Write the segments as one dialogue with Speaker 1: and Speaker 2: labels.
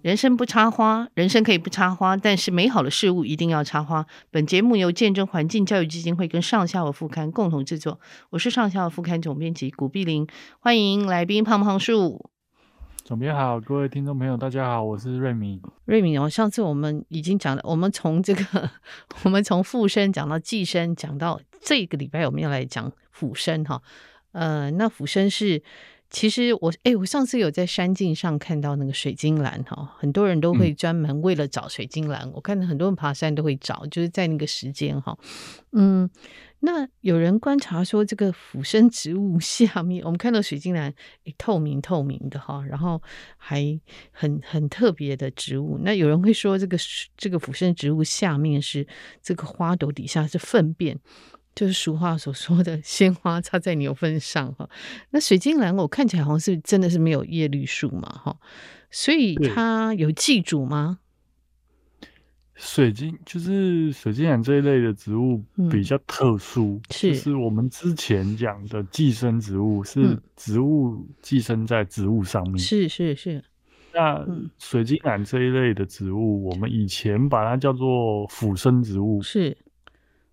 Speaker 1: 人生不插花，人生可以不插花，但是美好的事物一定要插花。本节目由见证环境教育基金会跟上下游副刊共同制作，我是上下游副刊总编辑古碧玲，欢迎来宾胖胖树。
Speaker 2: 总编好，各位听众朋友，大家好，我是瑞米。
Speaker 1: 瑞敏哦，上次我们已经讲了，我们从这个， 我们从附身讲到寄生，讲到这个礼拜我们要来讲俯身哈。呃，那俯身是，其实我哎，我上次有在山径上看到那个水晶兰哈，很多人都会专门为了找水晶兰，我看很多人爬山都会找，就是在那个时间哈。嗯，那有人观察说，这个俯身植物 下面，我们看到水晶兰，诶透明透明的哈，然后还很很特别的植物。那有人会说，这个是这个俯身植物下面是这个花朵底下是粪便，就是俗话所说的“鲜花插在牛粪上”哈。那水晶兰，我看起来好像是真的是没有叶绿素嘛哈，所以
Speaker 2: 对
Speaker 1: 它有寄主吗？
Speaker 2: 水晶就是水晶兰这一类的植物
Speaker 1: 嗯
Speaker 2: 比较特殊，
Speaker 1: 是
Speaker 2: 就是我们之前讲的寄生植物是
Speaker 1: 嗯
Speaker 2: 植物寄生在植物上面。
Speaker 1: 是是是，
Speaker 2: 那
Speaker 1: 嗯
Speaker 2: 水晶兰这一类的植物，我们以前把它叫做腐生植物，
Speaker 1: 是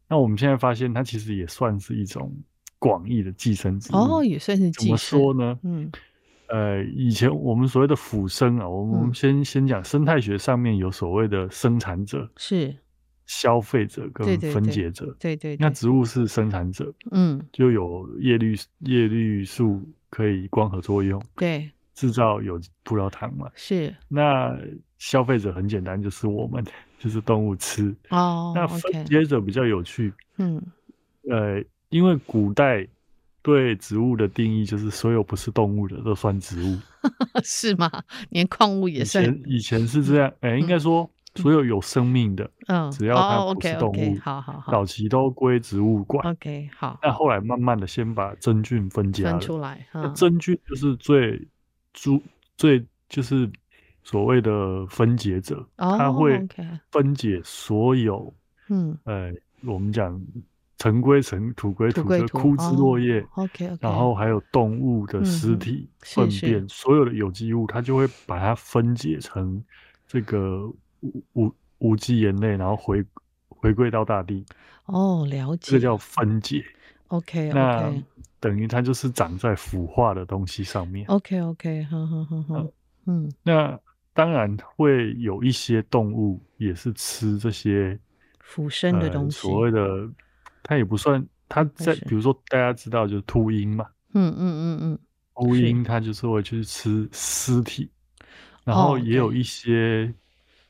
Speaker 2: 那我们现在发现它其实也算是一种广义的寄生植物。
Speaker 1: 哦，也算是
Speaker 2: 嗯怎
Speaker 1: 寄
Speaker 2: 么
Speaker 1: 生。
Speaker 2: 说呢？
Speaker 1: 嗯
Speaker 2: 呃，以前我们所谓的腐生啊，我们我
Speaker 1: 嗯
Speaker 2: 们先、先讲生态学上面有所谓的生产者、
Speaker 1: 是
Speaker 2: 消费者
Speaker 1: 对
Speaker 2: 跟
Speaker 1: 对
Speaker 2: 分
Speaker 1: 对
Speaker 2: 解者。
Speaker 1: 对对
Speaker 2: 那
Speaker 1: 对，
Speaker 2: 植物是生产者，
Speaker 1: 嗯，
Speaker 2: 就有叶绿叶绿素可以光合作用
Speaker 1: 对，
Speaker 2: 制造有葡萄糖嘛。
Speaker 1: 是
Speaker 2: 那消费者很简单，就是我们， 就是动物吃。
Speaker 1: 哦
Speaker 2: 那
Speaker 1: ，OK，
Speaker 2: 分解者比较有趣，
Speaker 1: 嗯，
Speaker 2: 呃，因为古代对植物的定义就是所有不是动物的都算植物。
Speaker 1: 是吗？连矿物也
Speaker 2: 以
Speaker 1: 算
Speaker 2: 前，以前是这样，哎、应该说所有有生命的，
Speaker 1: 嗯，
Speaker 2: 只要
Speaker 1: 哦
Speaker 2: 它不
Speaker 1: ，OK
Speaker 2: 是动
Speaker 1: OK，
Speaker 2: 物，
Speaker 1: 好好嗯好
Speaker 2: 早期都归植物管。
Speaker 1: ，OK 好，
Speaker 2: 那后来慢慢的先把真菌分家
Speaker 1: 分
Speaker 2: 了，
Speaker 1: 出来嗯
Speaker 2: 那
Speaker 1: 哈，
Speaker 2: 真菌就是最主最就是所谓的分解者，
Speaker 1: 哦
Speaker 2: 它会
Speaker 1: ，OK，
Speaker 2: 分解所有
Speaker 1: 嗯，
Speaker 2: 呃，我们讲尘归尘，土归
Speaker 1: 土
Speaker 2: 土，
Speaker 1: 归
Speaker 2: 就是
Speaker 1: 土哦
Speaker 2: 枯枝落叶，
Speaker 1: ，OK OK，
Speaker 2: 然后还有动物的尸
Speaker 1: 嗯
Speaker 2: 体、
Speaker 1: 是
Speaker 2: 粪
Speaker 1: 是
Speaker 2: 便，所有的有机物，它就会把它分解成这个无无无机盐类，然后回回归到大地，
Speaker 1: 哦，了
Speaker 2: 这
Speaker 1: 解
Speaker 2: 个叫分解。
Speaker 1: ，OK
Speaker 2: 那
Speaker 1: OK
Speaker 2: 等于它就是长在腐化的东西上面。
Speaker 1: OK OK，哼哼哼哼，嗯，
Speaker 2: 那当然会有一些动物也是吃这些
Speaker 1: 俯身的
Speaker 2: 呃
Speaker 1: 东西，
Speaker 2: 所谓的它也不算，它在
Speaker 1: 是
Speaker 2: 比如说大家知道就是秃鹰嘛，
Speaker 1: 嗯嗯嗯嗯，
Speaker 2: 秃
Speaker 1: 是
Speaker 2: 鹰它就是会去吃尸体，然后
Speaker 1: 哦
Speaker 2: 也有
Speaker 1: 对
Speaker 2: 一些、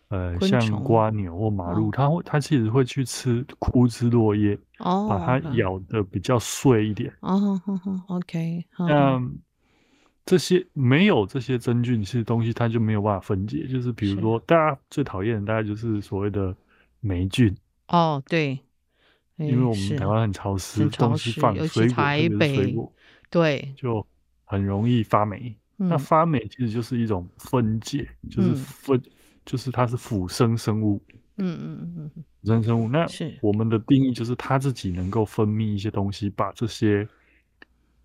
Speaker 2: 呃
Speaker 1: 昆
Speaker 2: 像
Speaker 1: 虫
Speaker 2: 瓜牛或马
Speaker 1: 哦
Speaker 2: 鹿，它会它其实会去吃枯枝落叶，
Speaker 1: 哦，
Speaker 2: 把它
Speaker 1: OK，
Speaker 2: 咬的比较碎一点。
Speaker 1: 哦，哼哼，OK，哼哼
Speaker 2: 那这些没有这些真菌，其实东西它就没有办法分解。就是比
Speaker 1: 是
Speaker 2: 如说，大家最讨厌的大概就是所谓的霉菌，
Speaker 1: 哦，对，
Speaker 2: 因为
Speaker 1: 诶
Speaker 2: 我们
Speaker 1: 是
Speaker 2: 台湾很潮湿，
Speaker 1: 很潮
Speaker 2: 东西
Speaker 1: 湿
Speaker 2: 放
Speaker 1: 尤其
Speaker 2: 水果，
Speaker 1: 台
Speaker 2: 特别
Speaker 1: 北
Speaker 2: 是水果
Speaker 1: 对，
Speaker 2: 就很容易发霉。那
Speaker 1: 嗯，
Speaker 2: 发霉其实就是一种分解，就是
Speaker 1: 嗯
Speaker 2: 分，就是它是腐生生物，
Speaker 1: 嗯嗯嗯嗯，
Speaker 2: 腐生生物。那
Speaker 1: 是
Speaker 2: 我们的定义就是它自己能够分泌一些东西，把这些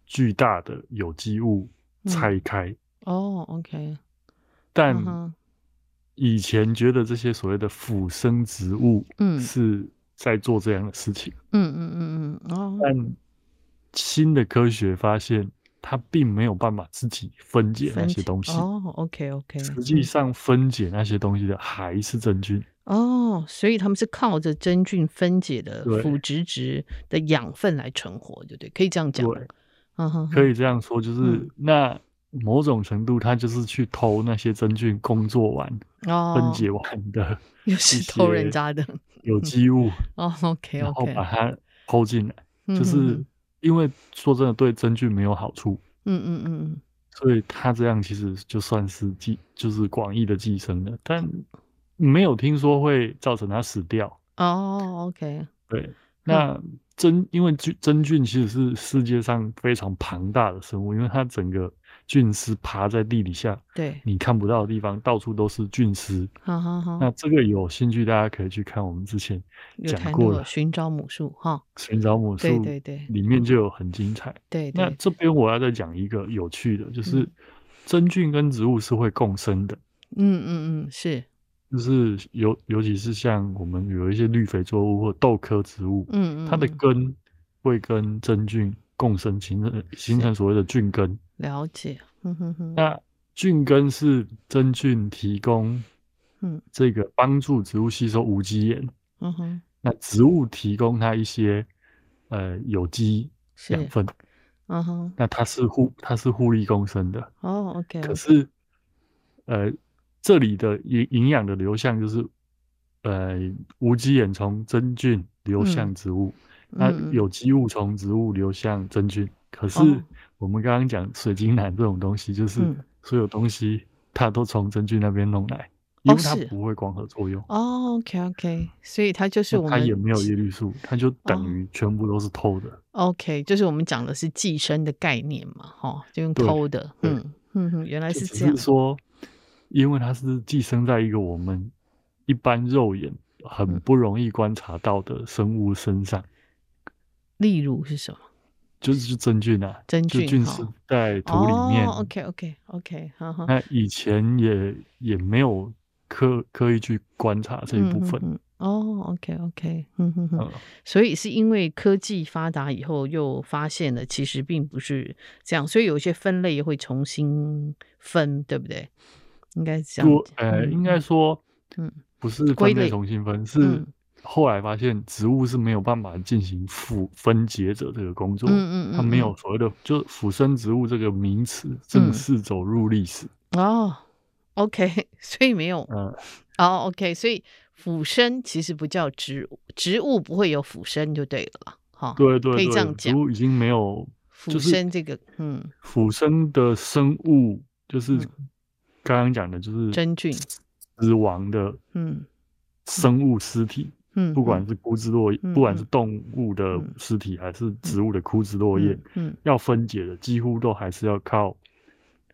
Speaker 2: 巨大的有机物
Speaker 1: 嗯
Speaker 2: 拆开。
Speaker 1: 哦，OK，
Speaker 2: 但
Speaker 1: 嗯哼
Speaker 2: 以前觉得这些所谓的腐生植物，
Speaker 1: 嗯
Speaker 2: 是在做这样的事情。
Speaker 1: 嗯嗯嗯嗯，哦，
Speaker 2: 但新的科学发现，它并没有办法自己分解那
Speaker 1: 分
Speaker 2: 些
Speaker 1: 解
Speaker 2: 东西。
Speaker 1: 哦，OK 嗯 OK，
Speaker 2: 实际上，分解那些东西的还是真菌。
Speaker 1: 哦，所以他们是靠着真菌分解的
Speaker 2: 对
Speaker 1: 腐殖质的养分来存活，对不对？可以这样讲吗，
Speaker 2: 对，
Speaker 1: 嗯哼，
Speaker 2: 可
Speaker 1: 以，
Speaker 2: 以这样说，就是、
Speaker 1: 嗯
Speaker 2: 那某种程度，它就是去偷那些真菌工作完、分
Speaker 1: 哦，
Speaker 2: 解完的
Speaker 1: 又
Speaker 2: 一
Speaker 1: 是偷人
Speaker 2: 些
Speaker 1: 家的，
Speaker 2: 有机物，
Speaker 1: 哦，OK
Speaker 2: 然后
Speaker 1: OK，
Speaker 2: 把它偷进来。
Speaker 1: 嗯
Speaker 2: 就
Speaker 1: 哼
Speaker 2: 是
Speaker 1: 哼
Speaker 2: 因为说真的，对真菌没有好处，
Speaker 1: 嗯嗯嗯
Speaker 2: 所以它这样其实就算是寄，就是广义的寄生了，但没有听说会造成它死掉。
Speaker 1: 嗯，哦，OK，
Speaker 2: 对，那
Speaker 1: 嗯
Speaker 2: 真因为菌真菌其实是世界上非常庞大的生物，因为它整个菌丝爬在地底下，
Speaker 1: 对，
Speaker 2: 你看不到的地方，到处都是菌丝。
Speaker 1: 好好好，
Speaker 2: 那这个有兴趣，大家可以去看我们之前
Speaker 1: 有
Speaker 2: 讲
Speaker 1: 谈
Speaker 2: 过
Speaker 1: 过
Speaker 2: 的《
Speaker 1: 寻找母树哈，
Speaker 2: 寻找母树
Speaker 1: 对》，对对
Speaker 2: 里面就有很精彩。
Speaker 1: 对
Speaker 2: 那
Speaker 1: 对，
Speaker 2: 这边我要再讲一个有趣的，就是
Speaker 1: 嗯
Speaker 2: 真菌跟植物是会共生的。
Speaker 1: 嗯嗯嗯，是，
Speaker 2: 就是尤尤其是像我们有一些绿肥作物或豆科植物，
Speaker 1: 嗯嗯，
Speaker 2: 它的
Speaker 1: 嗯
Speaker 2: 根会跟真菌共生，形成形成所谓的菌根。
Speaker 1: 了解，嗯哼哼，
Speaker 2: 那菌根是真菌提供
Speaker 1: 嗯
Speaker 2: 这个帮助植物吸收无机盐，
Speaker 1: 嗯哼，
Speaker 2: 那植物提供它一些呃有机
Speaker 1: 是，
Speaker 2: 养分，
Speaker 1: 嗯哼，
Speaker 2: 那它是互它是互利共生的。
Speaker 1: 哦，OK，
Speaker 2: 可是，呃，这里的营营养的流向就是，呃，无机盐从真菌流向植物，那
Speaker 1: 嗯嗯嗯
Speaker 2: 有机物从植物流向真菌。可是
Speaker 1: 哦
Speaker 2: 我们刚刚讲水晶奶这种东西，就是
Speaker 1: 嗯
Speaker 2: 所有东西它都从真菌那边弄来，
Speaker 1: 哦
Speaker 2: 因为它
Speaker 1: 是
Speaker 2: 不会光合作用，
Speaker 1: 哦，OK OK，所以它就是
Speaker 2: 那
Speaker 1: 我
Speaker 2: 它
Speaker 1: 们
Speaker 2: 也没有叶绿素，它就
Speaker 1: 哦
Speaker 2: 等于全部都是偷的。
Speaker 1: OK，就是我们讲的是寄生的概念嘛，哈，就用
Speaker 2: 对
Speaker 1: 偷的，
Speaker 2: 对
Speaker 1: 嗯嗯哼，原来
Speaker 2: 就是只
Speaker 1: 这样
Speaker 2: 是，说，因为它是寄生在一个我们一般肉眼很
Speaker 1: 嗯
Speaker 2: 不容易观察到的生物身上，
Speaker 1: 例如是什么？
Speaker 2: 就是就真菌啊，
Speaker 1: 真
Speaker 2: 就
Speaker 1: 菌
Speaker 2: 菌
Speaker 1: 哈
Speaker 2: 丝在土里面。
Speaker 1: 哦，OK OK OK，哈哈，
Speaker 2: 那以前也也没有刻刻意去观察这一部分。
Speaker 1: 嗯嗯嗯哦，OK OK，嗯哼哼，
Speaker 2: 嗯
Speaker 1: 所以是因为科技发达以后，又发现了其实并不是这样，所以有一些分类也会重新分，对不对？应该是这样
Speaker 2: 多
Speaker 1: 子，
Speaker 2: 呃，
Speaker 1: 嗯
Speaker 2: 应该说，
Speaker 1: 嗯
Speaker 2: 不是
Speaker 1: 归
Speaker 2: 分类
Speaker 1: 类
Speaker 2: 重新分，
Speaker 1: 嗯
Speaker 2: 是后来发现植物是没有办法进行复分解者这个工作，
Speaker 1: 嗯嗯嗯
Speaker 2: 它没
Speaker 1: 嗯
Speaker 2: 有所谓的就是腐生植物这个名词正
Speaker 1: 嗯
Speaker 2: 式走入历史。
Speaker 1: 哦，OK，所 以没有
Speaker 2: 嗯，
Speaker 1: 哦，OK，所以腐生其实不叫植物，植物不会有腐生就对了啦，哈，
Speaker 2: 对对
Speaker 1: 可以
Speaker 2: 对，
Speaker 1: 这样
Speaker 2: 植
Speaker 1: 讲，
Speaker 2: 物已经没有
Speaker 1: 腐
Speaker 2: 就是
Speaker 1: 生这个，嗯，
Speaker 2: 腐生的生物，就是
Speaker 1: 嗯
Speaker 2: 刚刚讲的，就是
Speaker 1: 真菌
Speaker 2: 死亡的
Speaker 1: 嗯
Speaker 2: 生物尸体，
Speaker 1: 嗯，
Speaker 2: 不管是枯枝落叶，
Speaker 1: 嗯
Speaker 2: 不管
Speaker 1: 嗯
Speaker 2: 是动物的
Speaker 1: 嗯
Speaker 2: 尸体还是植物的枯枝落叶，
Speaker 1: 嗯，嗯，
Speaker 2: 要分解的几乎都还是要靠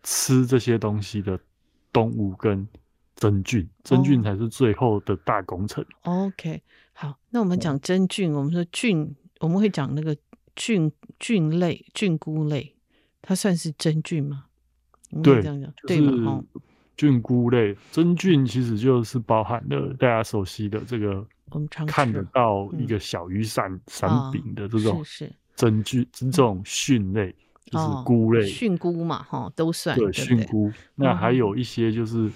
Speaker 2: 吃这些东西的动物跟真菌，真菌
Speaker 1: 哦
Speaker 2: 才是最后的大工程。
Speaker 1: OK，好，那我
Speaker 2: 嗯
Speaker 1: 们讲真菌，我们说菌，我们会讲那个菌菌类、菌菇类，它算是真菌吗？我们可以
Speaker 2: 对
Speaker 1: 这样讲，
Speaker 2: 就
Speaker 1: 对
Speaker 2: 是
Speaker 1: 吗？哦，
Speaker 2: 菌菇类，真菌其实就是包含了大家熟悉的这个
Speaker 1: 我们常
Speaker 2: 看
Speaker 1: 吃
Speaker 2: 得
Speaker 1: 的
Speaker 2: 到一
Speaker 1: 嗯
Speaker 2: 个小雨伞伞
Speaker 1: 啊
Speaker 2: 柄的这种
Speaker 1: 是是
Speaker 2: 真菌，这种蕈类，就是
Speaker 1: 哦
Speaker 2: 菇类，
Speaker 1: 菌菇嘛，哈，都算
Speaker 2: 对，
Speaker 1: 对不
Speaker 2: 蕈
Speaker 1: 对？
Speaker 2: 菇。那还
Speaker 1: 嗯
Speaker 2: 有一些就是，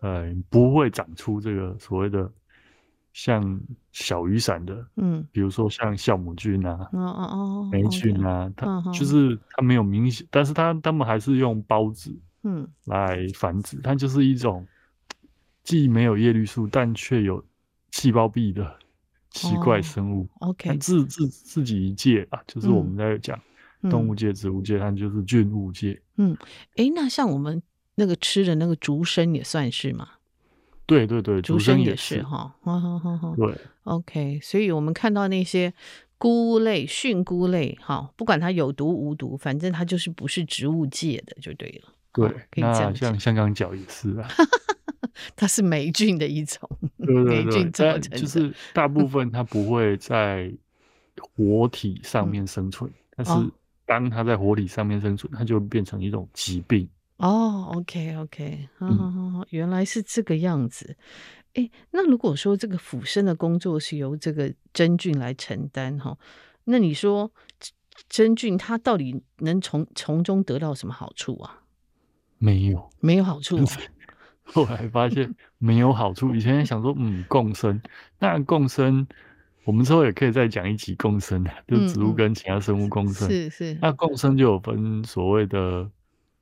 Speaker 2: 呃，不会长出这个所谓的像小雨伞的，
Speaker 1: 嗯，
Speaker 2: 比如说像酵母菌啊、
Speaker 1: 哦哦哦，
Speaker 2: 霉
Speaker 1: OK，
Speaker 2: 菌啊，它
Speaker 1: 嗯哼
Speaker 2: 就是它没有明显，但是它它们还是用孢子
Speaker 1: 嗯
Speaker 2: 来繁殖，它就是一种既没有叶绿素，但却有细胞壁的奇怪
Speaker 1: 哦
Speaker 2: 生物。它
Speaker 1: ，OK，
Speaker 2: 自自自己一界啊，就是我
Speaker 1: 嗯
Speaker 2: 们在讲动
Speaker 1: 嗯
Speaker 2: 物界、植物界，它就是菌物界。
Speaker 1: 诶，那像我们那个吃的那个竹荪也算是嘛？
Speaker 2: 对对对，
Speaker 1: 竹
Speaker 2: 竹
Speaker 1: 荪
Speaker 2: 生
Speaker 1: 也
Speaker 2: 也
Speaker 1: 是哈，哦好好好好。
Speaker 2: 对
Speaker 1: OK，所以我们看到那些菇类、蕈菇类，哈，不管它有毒无毒，反正它就是不是植物界的就对了，
Speaker 2: 对
Speaker 1: 哦可以这样
Speaker 2: 那
Speaker 1: 讲
Speaker 2: 像香港脚也 是啊，
Speaker 1: 它是霉菌的一种，
Speaker 2: 对
Speaker 1: 霉
Speaker 2: 对对
Speaker 1: 菌，造
Speaker 2: 但
Speaker 1: 成的。
Speaker 2: 就是大部分它不会在活体上
Speaker 1: 嗯
Speaker 2: 面生存，但
Speaker 1: 哦
Speaker 2: 是当它在活体上面生存，它就变成一种疾病。
Speaker 1: 哦，OK OK，好
Speaker 2: 嗯
Speaker 1: 好好好，原来是这个样子。诶，那如果说这个腐生的工作是由这个真菌来承担哈，那你说真真菌它到底能从从中得到什么好处啊？
Speaker 2: 没有，
Speaker 1: 没有好处哦、
Speaker 2: 后来发现没有好处。以前想说，嗯，共生，那共生，我们之后也可以再讲一集共生的，就
Speaker 1: 嗯
Speaker 2: 是植物
Speaker 1: 嗯
Speaker 2: 跟其他生物共生。
Speaker 1: 是是，
Speaker 2: 那共生就有分所谓的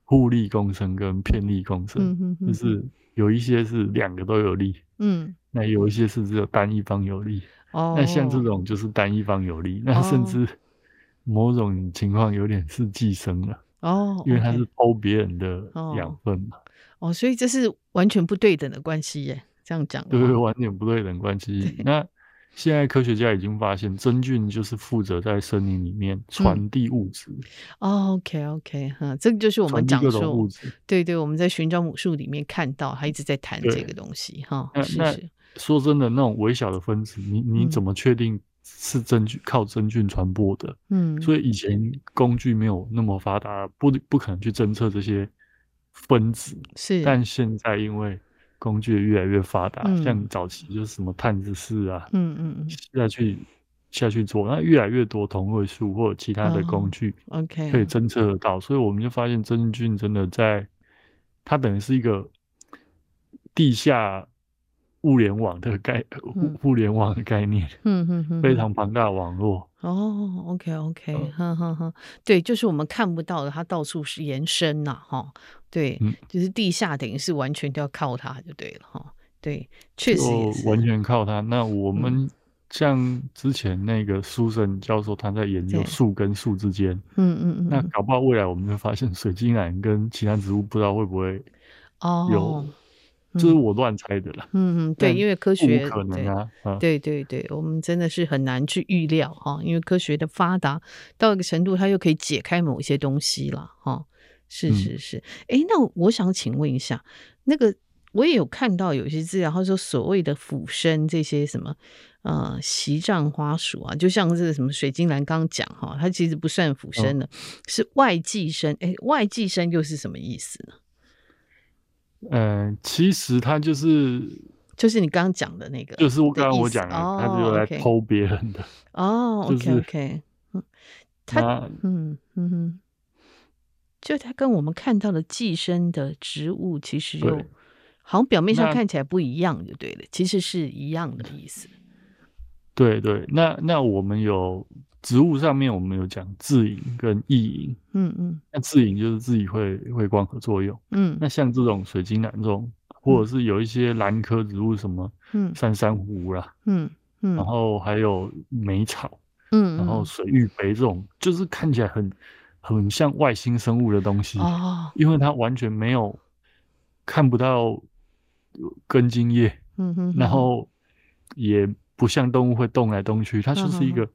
Speaker 2: 互利共生跟偏利共生，
Speaker 1: 嗯哼哼
Speaker 2: 就
Speaker 1: 哼
Speaker 2: 是有一些是两个都有利，
Speaker 1: 嗯。
Speaker 2: 那有一些是只有单一方有利。
Speaker 1: 哦，
Speaker 2: 那像这种就是单一方有利，那甚
Speaker 1: 哦
Speaker 2: 至某种情况有点是寄生了，
Speaker 1: 哦，
Speaker 2: 因为它
Speaker 1: OK
Speaker 2: 是偷别人的养
Speaker 1: 哦
Speaker 2: 分嘛。
Speaker 1: 哦，所以这是完全不对等的关系耶。这样讲的
Speaker 2: 对，
Speaker 1: 话，
Speaker 2: 完全不对等关系
Speaker 1: 哦对。
Speaker 2: 那现在科学家已经发现，真菌就是负责在森林里
Speaker 1: 嗯
Speaker 2: 面传递物质，
Speaker 1: 哦，OK OK，哈，这个就是我们
Speaker 2: 传递
Speaker 1: 讲
Speaker 2: 各种物
Speaker 1: 说，
Speaker 2: 质。
Speaker 1: 对对，我们在寻找母树里面看到，他一直在谈这
Speaker 2: 对
Speaker 1: 个东西哈，
Speaker 2: 那
Speaker 1: 是
Speaker 2: 那
Speaker 1: 是，
Speaker 2: 说真的，那种微小的分子，你你
Speaker 1: 嗯
Speaker 2: 怎么确定是真菌靠真菌传播的？
Speaker 1: 嗯，
Speaker 2: 所以以前工具没有那么发达，不不可能去侦测这些分子。
Speaker 1: 是
Speaker 2: 但现在因为工具也越来越发达，
Speaker 1: 嗯
Speaker 2: 像早期就是什么探知式啊，
Speaker 1: 嗯嗯嗯
Speaker 2: 下去下去做，那越来越多同位素或者其他的
Speaker 1: 哦
Speaker 2: 工具
Speaker 1: ，OK，嗯
Speaker 2: 可以侦测得到，所以我们就发现真菌真的在，它等于是一个地下物联网的概
Speaker 1: 嗯
Speaker 2: 物物联网的概念，
Speaker 1: 嗯嗯嗯，
Speaker 2: 非常庞大的网络。
Speaker 1: 哦，OK OK，
Speaker 2: 嗯
Speaker 1: 哈哈哈，对，就是我们看不到的，它到处是延伸呐、哈，对，
Speaker 2: 嗯
Speaker 1: 就是地下等于是完全都要靠它就对了哈，对，确实也是，嗯
Speaker 2: 就完全靠它。那我们像之前那个苏神教授，他在研究
Speaker 1: 对
Speaker 2: 树跟树之间，
Speaker 1: 嗯嗯嗯
Speaker 2: 那
Speaker 1: 嗯，
Speaker 2: 搞不好未来我们会发现水晶兰跟其他植物不知道会不会，有
Speaker 1: 哦，
Speaker 2: 这是
Speaker 1: 嗯
Speaker 2: 我乱猜的啦，
Speaker 1: 嗯嗯，对，
Speaker 2: 但
Speaker 1: 因为科
Speaker 2: 不
Speaker 1: 学
Speaker 2: 无可能
Speaker 1: 对
Speaker 2: 啊，啊，
Speaker 1: 对对对，我们真的是很难去预料哈，因为科学的发达到一个程度，它又可以解开某一些东西了哈。是
Speaker 2: 嗯
Speaker 1: 是是，诶，那我想请问一下，那个我也有看到有一些资料，他说所谓的俯身这些什么呃席帐花属啊，就像这个什么水晶兰刚讲哈，它其实不算
Speaker 2: 哦
Speaker 1: 俯身的，是外寄生。诶，外寄生又是什么意思呢？
Speaker 2: 呃，其实它就是
Speaker 1: 就是你刚刚讲的那个，
Speaker 2: 就是我
Speaker 1: 的
Speaker 2: 刚刚
Speaker 1: 意
Speaker 2: 我
Speaker 1: 思
Speaker 2: 讲的，
Speaker 1: 哦
Speaker 2: 它就来
Speaker 1: ，OK
Speaker 2: 偷别人的。
Speaker 1: 哦
Speaker 2: 就
Speaker 1: ，OK
Speaker 2: 是
Speaker 1: OK，嗯，它
Speaker 2: 那
Speaker 1: 嗯嗯哼，就它跟我们看到的寄生的植物其实
Speaker 2: 对
Speaker 1: 又好像表面上
Speaker 2: 那
Speaker 1: 看起来不一样，就对了，其实是一样的意思。
Speaker 2: 对对，那那我们有植物上面我们有讲自营跟异营，
Speaker 1: 嗯嗯
Speaker 2: 那自营就是自己会会光合作用。
Speaker 1: 嗯
Speaker 2: 那像这种水晶兰这种，或者是有一些兰科植物，什么
Speaker 1: 嗯
Speaker 2: 山珊瑚啦，
Speaker 1: 嗯嗯，
Speaker 2: 然后还有梅草，
Speaker 1: 嗯，
Speaker 2: 然后
Speaker 1: 嗯
Speaker 2: 水玉杯这种，就是看起来很很像外星生物的东西，
Speaker 1: 哦，
Speaker 2: 因为它完全没有看不到根茎叶，
Speaker 1: 嗯哼，嗯
Speaker 2: 然后也不像动物会动来动去，它就是
Speaker 1: 嗯
Speaker 2: 一个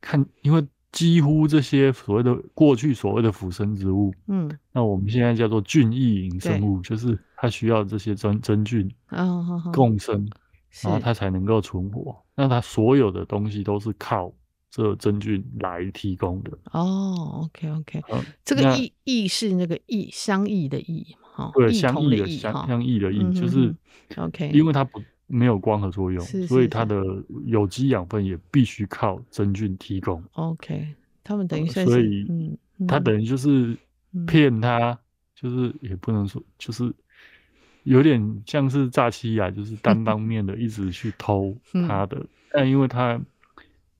Speaker 2: 看，因为几乎这些所谓的过去所谓的腐生植物，
Speaker 1: 嗯，
Speaker 2: 那我们现在叫做菌异营生
Speaker 1: 对
Speaker 2: 物，就是它需要这些真真菌
Speaker 1: 啊好好，
Speaker 2: 共生，
Speaker 1: 是
Speaker 2: 然后它才能够存活。那它所有的东西都是靠这真菌来提供的。
Speaker 1: 哦，OK OK，
Speaker 2: 嗯，
Speaker 1: 这个
Speaker 2: 那
Speaker 1: 异异是那个异相异的异嘛，哈，
Speaker 2: 对
Speaker 1: 异
Speaker 2: 相
Speaker 1: 同
Speaker 2: 异
Speaker 1: 的
Speaker 2: 的
Speaker 1: 异
Speaker 2: 相
Speaker 1: 哈，
Speaker 2: 相异的异，就
Speaker 1: 嗯
Speaker 2: 是
Speaker 1: 哼哼 OK
Speaker 2: 因为它不没有光合作用，
Speaker 1: 是
Speaker 2: 所以
Speaker 1: 是
Speaker 2: 它
Speaker 1: 是
Speaker 2: 的有机养分也必须靠真菌提供。
Speaker 1: OK，他们等于
Speaker 2: 呃
Speaker 1: 算
Speaker 2: 所
Speaker 1: 是
Speaker 2: 以
Speaker 1: 嗯，
Speaker 2: 他
Speaker 1: 嗯
Speaker 2: 等于就是骗他，就是也不能说，就是有点像是诈欺啊， 就是单方面的一直去偷
Speaker 1: 嗯
Speaker 2: 他的，但因为他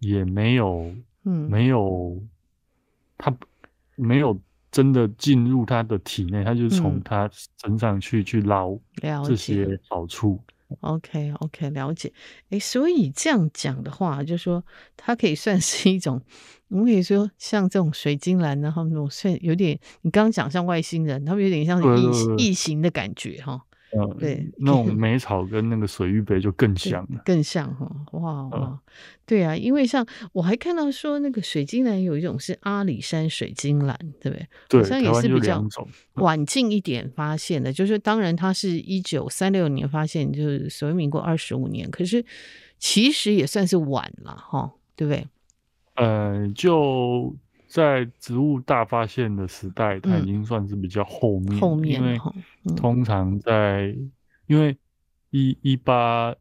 Speaker 2: 也没有
Speaker 1: 嗯
Speaker 2: 没有他没有真的进入他的体内，他就是从
Speaker 1: 嗯
Speaker 2: 他身上去去捞
Speaker 1: 了
Speaker 2: 这
Speaker 1: 解。
Speaker 2: 些好处。
Speaker 1: OK OK，了解。诶，所以这样讲的话，就说它可以算是一种，我们可以说像这种水晶兰呢，他们那种算有点，你刚刚讲像外星人，他们有点像
Speaker 2: 对
Speaker 1: 是异
Speaker 2: 对
Speaker 1: 形
Speaker 2: 对
Speaker 1: 异形的感觉哈，
Speaker 2: 嗯，
Speaker 1: 对
Speaker 2: 那种梅草跟那个水玉杯就更像了。
Speaker 1: 更像哈，哇
Speaker 2: 嗯
Speaker 1: 哇，对啊，因为像我还看到说那个水晶兰有一种是阿里山水晶兰，对不对？
Speaker 2: 对，
Speaker 1: 像
Speaker 2: 台
Speaker 1: 也
Speaker 2: 湾
Speaker 1: 是
Speaker 2: 就
Speaker 1: 比较
Speaker 2: 两种。
Speaker 1: 晚近一点发现的，就是当然它是一九三六年发现，就是所谓民国二十五年，可是其实也算是晚了哈，对不对？
Speaker 2: 呃，就在植物大发现的时代，它
Speaker 1: 嗯
Speaker 2: 已经算是比较后面了，
Speaker 1: 后
Speaker 2: 因
Speaker 1: 面
Speaker 2: 为
Speaker 1: 哈，嗯
Speaker 2: 通常在因为一一八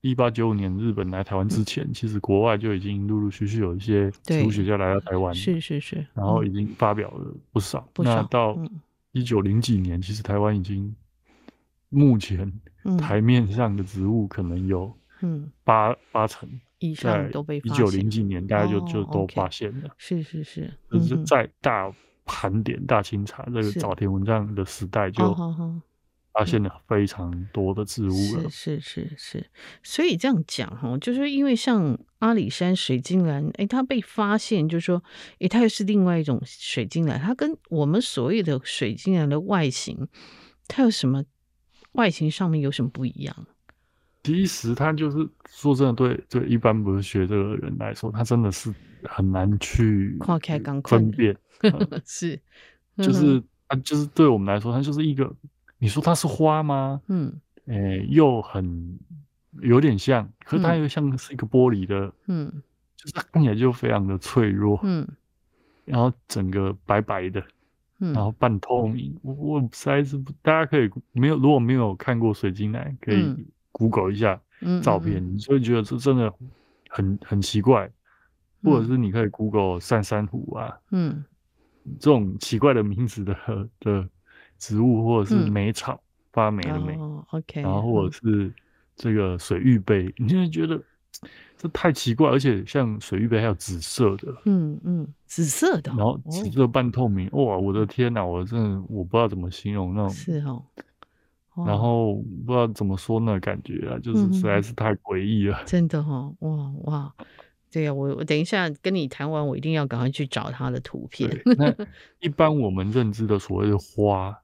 Speaker 2: 一八九五年日本来台湾之前，其实国外就已经陆陆续续有一些植
Speaker 1: 嗯对
Speaker 2: 物学家来到台湾，
Speaker 1: 是是是，
Speaker 2: 然后
Speaker 1: 嗯
Speaker 2: 已经发表了不少。
Speaker 1: 不
Speaker 2: 那
Speaker 1: 少
Speaker 2: 到
Speaker 1: 嗯
Speaker 2: 一九零几年，其实台湾已经目前
Speaker 1: 嗯
Speaker 2: 台面上的植物可能有
Speaker 1: 嗯
Speaker 2: 八八成
Speaker 1: 以
Speaker 2: 在
Speaker 1: 上都被
Speaker 2: 一
Speaker 1: 发
Speaker 2: 九零
Speaker 1: 现，
Speaker 2: 几年大概就就
Speaker 1: 哦
Speaker 2: 都
Speaker 1: OK
Speaker 2: 发现了。
Speaker 1: 是是是，
Speaker 2: 就
Speaker 1: 嗯
Speaker 2: 是
Speaker 1: 哼
Speaker 2: 在大盘点、大清查这个
Speaker 1: 是
Speaker 2: 早田文章的时代，
Speaker 1: 哦
Speaker 2: 就
Speaker 1: 好好。
Speaker 2: 发现了非常多的植物了。
Speaker 1: 嗯是是是是，所以这样讲哈，就是因为像阿里山水晶兰，诶，它被发现，就是说，诶，它又是另外一种水晶兰，它跟我们所谓的水晶兰的外形，它有什么外形上面有什么不一样？
Speaker 2: 其实它就是说真的，对对一般不是学这个的人来说，他真的是很难去
Speaker 1: 看起来赶快
Speaker 2: 分
Speaker 1: 的
Speaker 2: 辨，
Speaker 1: 是，嗯
Speaker 2: 就是啊，就是对我们来说，它就是一个，你说它是花吗？
Speaker 1: 嗯
Speaker 2: 诶、又很有点像，可是它
Speaker 1: 嗯
Speaker 2: 又像是一个玻璃的，
Speaker 1: 嗯
Speaker 2: 就是它看起来就非常的脆弱，
Speaker 1: 嗯
Speaker 2: 然后整个白白的，
Speaker 1: 嗯
Speaker 2: 然后半透明。我我实在是不，大家可以没有如果没有看过水晶奶，可以
Speaker 1: 嗯
Speaker 2: Google 一下
Speaker 1: 嗯
Speaker 2: 照
Speaker 1: 嗯
Speaker 2: 片，
Speaker 1: 嗯
Speaker 2: 你就会觉得这真的很很奇怪。或者
Speaker 1: 嗯
Speaker 2: 是你可以 Google 散珊瑚啊，
Speaker 1: 嗯
Speaker 2: 这种奇怪的名字的的植物，或者是
Speaker 1: 嗯
Speaker 2: 梅草，发霉的霉，
Speaker 1: 哦，OK，
Speaker 2: 然后或
Speaker 1: 嗯
Speaker 2: 者是这个水玉杯，你就会觉得这太奇怪，而且像水玉杯还有紫色的，
Speaker 1: 嗯嗯，紫色的哦，
Speaker 2: 然后紫
Speaker 1: 哦
Speaker 2: 色半透明，哇，我的天哪，我真的我不知道怎么形容那种，
Speaker 1: 是哦，
Speaker 2: 然
Speaker 1: 哇
Speaker 2: 后不知道怎么说那感觉啊，就是实在
Speaker 1: 哦嗯
Speaker 2: 是太诡异了。
Speaker 1: 真的哦，哇哇，对呀，我我等一下跟你谈完，我一定要赶快去找他的图片
Speaker 2: 对，， 那一般我们认知的所谓的花，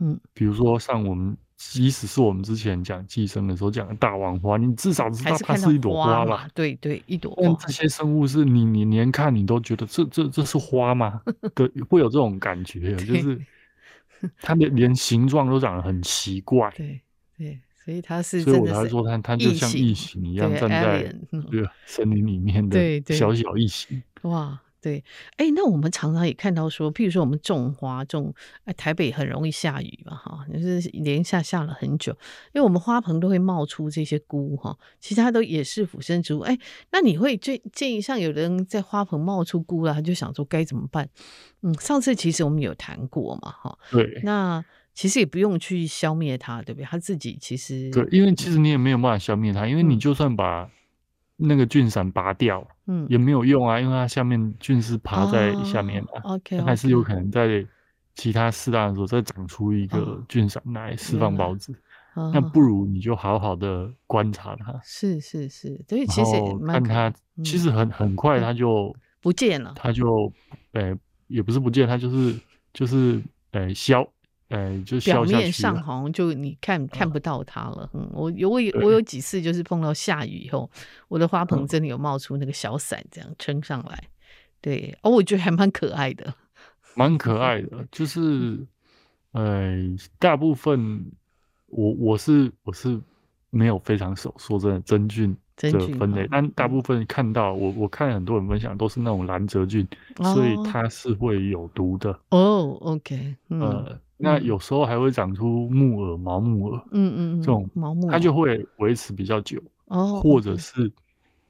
Speaker 1: 嗯，
Speaker 2: 比如说像我们，即使是我们之前讲寄生的时候讲的大王花，你至少知
Speaker 1: 还
Speaker 2: 道
Speaker 1: 是
Speaker 2: 它
Speaker 1: 看到
Speaker 2: 是一朵
Speaker 1: 花
Speaker 2: 啦
Speaker 1: 嘛，。对对，一朵
Speaker 2: 但
Speaker 1: 花，
Speaker 2: 这些生物是你你连看你都觉得这这这是花吗？的会有这种感觉，啊 就
Speaker 1: 对
Speaker 2: 是它连连形状都长得很奇怪，
Speaker 1: 对对，所以他是
Speaker 2: 所以
Speaker 1: 真
Speaker 2: 我
Speaker 1: 的
Speaker 2: 才
Speaker 1: 是
Speaker 2: 说它它就
Speaker 1: 异
Speaker 2: 像
Speaker 1: 形
Speaker 2: 异形一样
Speaker 1: 对
Speaker 2: 站在
Speaker 1: alien，嗯
Speaker 2: 这个森林里面
Speaker 1: 对
Speaker 2: 的
Speaker 1: 对
Speaker 2: 小小异形。
Speaker 1: 哇，对，哎，那我们常常也看到说，譬如说我们种花种，哎，台北很容易下雨嘛，哈，就是连下下了很久，因为我们花盆都会冒出这些菇哈，其他都也是腐生植物。哎，那你会建建议像有的人在花盆冒出菇了，他就想说该怎么办？嗯，上次其实我们有谈过嘛，哈，
Speaker 2: 对
Speaker 1: 那其实也不用去消灭它，对不对？它自己其实
Speaker 2: 对，因为其实你也没有办法消灭它，因为你
Speaker 1: 嗯
Speaker 2: 就算把那个菌伞拔掉，
Speaker 1: 嗯
Speaker 2: 也没有用啊，因为它下面菌是爬在
Speaker 1: 哦
Speaker 2: 下面嘛，
Speaker 1: o k
Speaker 2: 它还是有可能在其他适当的时候再长出一个菌伞来释放
Speaker 1: 哦原来哦
Speaker 2: 孢子。
Speaker 1: 能
Speaker 2: 那不如你就好好的观察它，
Speaker 1: 啊是是是，所以其
Speaker 2: 然
Speaker 1: 实也
Speaker 2: 后
Speaker 1: 蛮
Speaker 2: 看
Speaker 1: 可
Speaker 2: 它，
Speaker 1: 嗯
Speaker 2: 其实很很快它就
Speaker 1: 不见了。
Speaker 2: 它就，呃，也不是不见，它就是就是呃消，呃就
Speaker 1: 表
Speaker 2: 消下
Speaker 1: 面
Speaker 2: 去
Speaker 1: 上
Speaker 2: 了。
Speaker 1: 好像就你看看不到它了。嗯，我有我有
Speaker 2: 对
Speaker 1: 我有几次就是碰到下雨以后，我的花盆
Speaker 2: 嗯
Speaker 1: 真的有冒出那个小伞，这样撑上来。对，哦，我觉得还蛮可爱的。
Speaker 2: 蛮
Speaker 1: 嗯
Speaker 2: 可爱的，就是，呃，大部分我我是我是没有非常熟，说真的，真菌
Speaker 1: 真
Speaker 2: 的
Speaker 1: 菌
Speaker 2: 分类
Speaker 1: 哦，
Speaker 2: 但大部分看到我我看很多人分享都是那种蓝折菌，所以
Speaker 1: 哦
Speaker 2: 它是会有毒的，
Speaker 1: 哦，OK，嗯、
Speaker 2: 呃，那
Speaker 1: 嗯
Speaker 2: 有时候还会长出木耳、毛木耳，
Speaker 1: 嗯嗯，嗯
Speaker 2: 这种
Speaker 1: 毛木
Speaker 2: 它
Speaker 1: 耳
Speaker 2: 就会维持比较久，
Speaker 1: 哦，
Speaker 2: 或者
Speaker 1: OK
Speaker 2: 是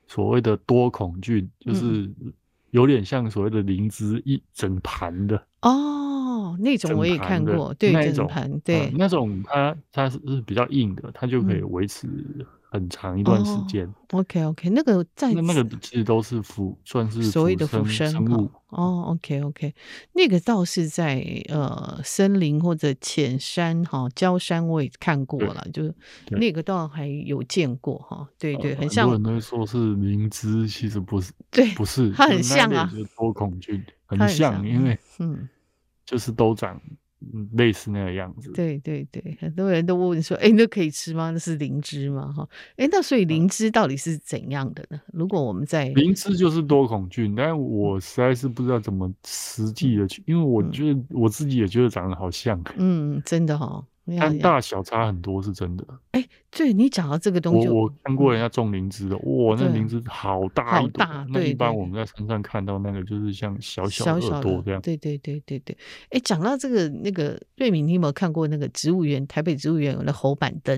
Speaker 2: 所谓的多孔菌，就
Speaker 1: 嗯
Speaker 2: 是有点像所谓的灵芝一整盘的。
Speaker 1: 哦，那种
Speaker 2: 整
Speaker 1: 我也
Speaker 2: 盘
Speaker 1: 看
Speaker 2: 的
Speaker 1: 过，对，
Speaker 2: 那一
Speaker 1: 整
Speaker 2: 种
Speaker 1: 盘
Speaker 2: 嗯
Speaker 1: 对，
Speaker 2: 那种它它是是比较硬的，它就可以
Speaker 1: 嗯
Speaker 2: 维持很长一段时间。
Speaker 1: OK OK，那个在
Speaker 2: 那那个其实都是腐，算是
Speaker 1: 所谓的
Speaker 2: 生
Speaker 1: 浮生
Speaker 2: 生
Speaker 1: 哈
Speaker 2: 物。。
Speaker 1: 哦，OK OK，那个倒是在呃森林或者浅山哈、焦山我也看过
Speaker 2: 对
Speaker 1: 了，就是
Speaker 2: 对
Speaker 1: 那个倒还有见过哈、对对，
Speaker 2: 呃
Speaker 1: 很
Speaker 2: 很多
Speaker 1: 像
Speaker 2: 人都会说是灵芝，其实不是，
Speaker 1: 对，
Speaker 2: 不是，
Speaker 1: 它很
Speaker 2: 就是那一
Speaker 1: 像
Speaker 2: 类
Speaker 1: 啊
Speaker 2: 就是多孔菌，
Speaker 1: 它
Speaker 2: 很
Speaker 1: 很像
Speaker 2: 像，因为
Speaker 1: 嗯，
Speaker 2: 就是都长嗯类似那个样子。
Speaker 1: 对对对，很多人都问说，哎，那可以吃吗？那是灵芝吗？哈，哎，那所以灵芝到底是怎样的呢？如果我们在
Speaker 2: 嗯灵芝就是多孔菌，但我实在是不知道怎么实际的去，因为我
Speaker 1: 嗯嗯
Speaker 2: 觉得我自己也觉得长得好像，
Speaker 1: 嗯，真的哈、哦，要
Speaker 2: 但
Speaker 1: 要
Speaker 2: 大小差很多是真的。
Speaker 1: 对你讲到这个东
Speaker 2: 我
Speaker 1: 西，
Speaker 2: 我看过人
Speaker 1: 嗯
Speaker 2: 家种灵芝的，哇，那
Speaker 1: 对
Speaker 2: 灵芝好
Speaker 1: 好
Speaker 2: 大一朵
Speaker 1: 大，
Speaker 2: 那
Speaker 1: 对
Speaker 2: 一般
Speaker 1: 对
Speaker 2: 我们在山上看到那个就是像小小的
Speaker 1: 小小
Speaker 2: 耳朵
Speaker 1: 的，
Speaker 2: 这样。
Speaker 1: 对对对对对。哎，讲到这个，那个瑞敏，你有没有看过那个植物园？台北植物园有那猴板凳，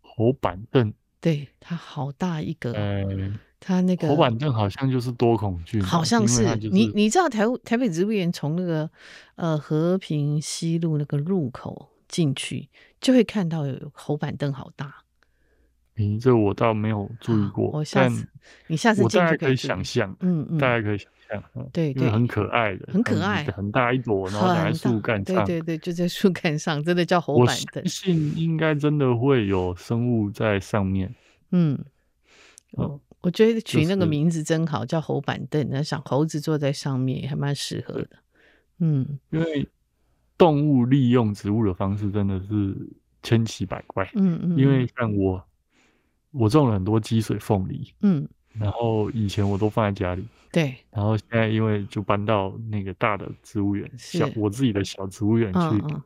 Speaker 2: 猴板凳，
Speaker 1: 对，它好大一个哦，
Speaker 2: 呃，
Speaker 1: 它那个
Speaker 2: 猴板凳好像就是多孔菌啊，
Speaker 1: 好像
Speaker 2: 因为它
Speaker 1: 是
Speaker 2: 就
Speaker 1: 你，
Speaker 2: 是
Speaker 1: 你知道台台北植物园从那个呃和平西路那个入口进去，就会看到有猴板凳好大。
Speaker 2: 咦，这我倒没有注意
Speaker 1: 啊
Speaker 2: 过
Speaker 1: 我，下
Speaker 2: 但
Speaker 1: 次你下次
Speaker 2: 我
Speaker 1: 进
Speaker 2: 大
Speaker 1: 去
Speaker 2: 概
Speaker 1: 可
Speaker 2: 可
Speaker 1: 以
Speaker 2: 以
Speaker 1: 注意
Speaker 2: 想。象，
Speaker 1: 嗯嗯，
Speaker 2: 大概可以想象，嗯
Speaker 1: 对
Speaker 2: 因为
Speaker 1: 对
Speaker 2: 很可爱的，
Speaker 1: 很可爱
Speaker 2: 很大一朵，然后长在
Speaker 1: 很
Speaker 2: 树
Speaker 1: 大，
Speaker 2: 干
Speaker 1: 对
Speaker 2: 上。
Speaker 1: 对对，就在树干上，真的叫猴
Speaker 2: 我
Speaker 1: 板
Speaker 2: 相
Speaker 1: 凳。
Speaker 2: 信应该真的会有生物在上面，
Speaker 1: 嗯，
Speaker 2: 嗯
Speaker 1: 我我觉得
Speaker 2: 就
Speaker 1: 取那个
Speaker 2: 是
Speaker 1: 名字真好，叫猴板凳。那想猴子坐在上面也还蛮适合的。嗯
Speaker 2: 因为动物利用植物的方式真的是千奇百怪。
Speaker 1: 嗯嗯，
Speaker 2: 因为像我，我种了很多积水凤梨，
Speaker 1: 嗯，
Speaker 2: 然后以前我都放在家里，
Speaker 1: 对，
Speaker 2: 然后现在因为就搬到那个大的植物园，小
Speaker 1: 是
Speaker 2: 我自己的小植物园去，
Speaker 1: 嗯嗯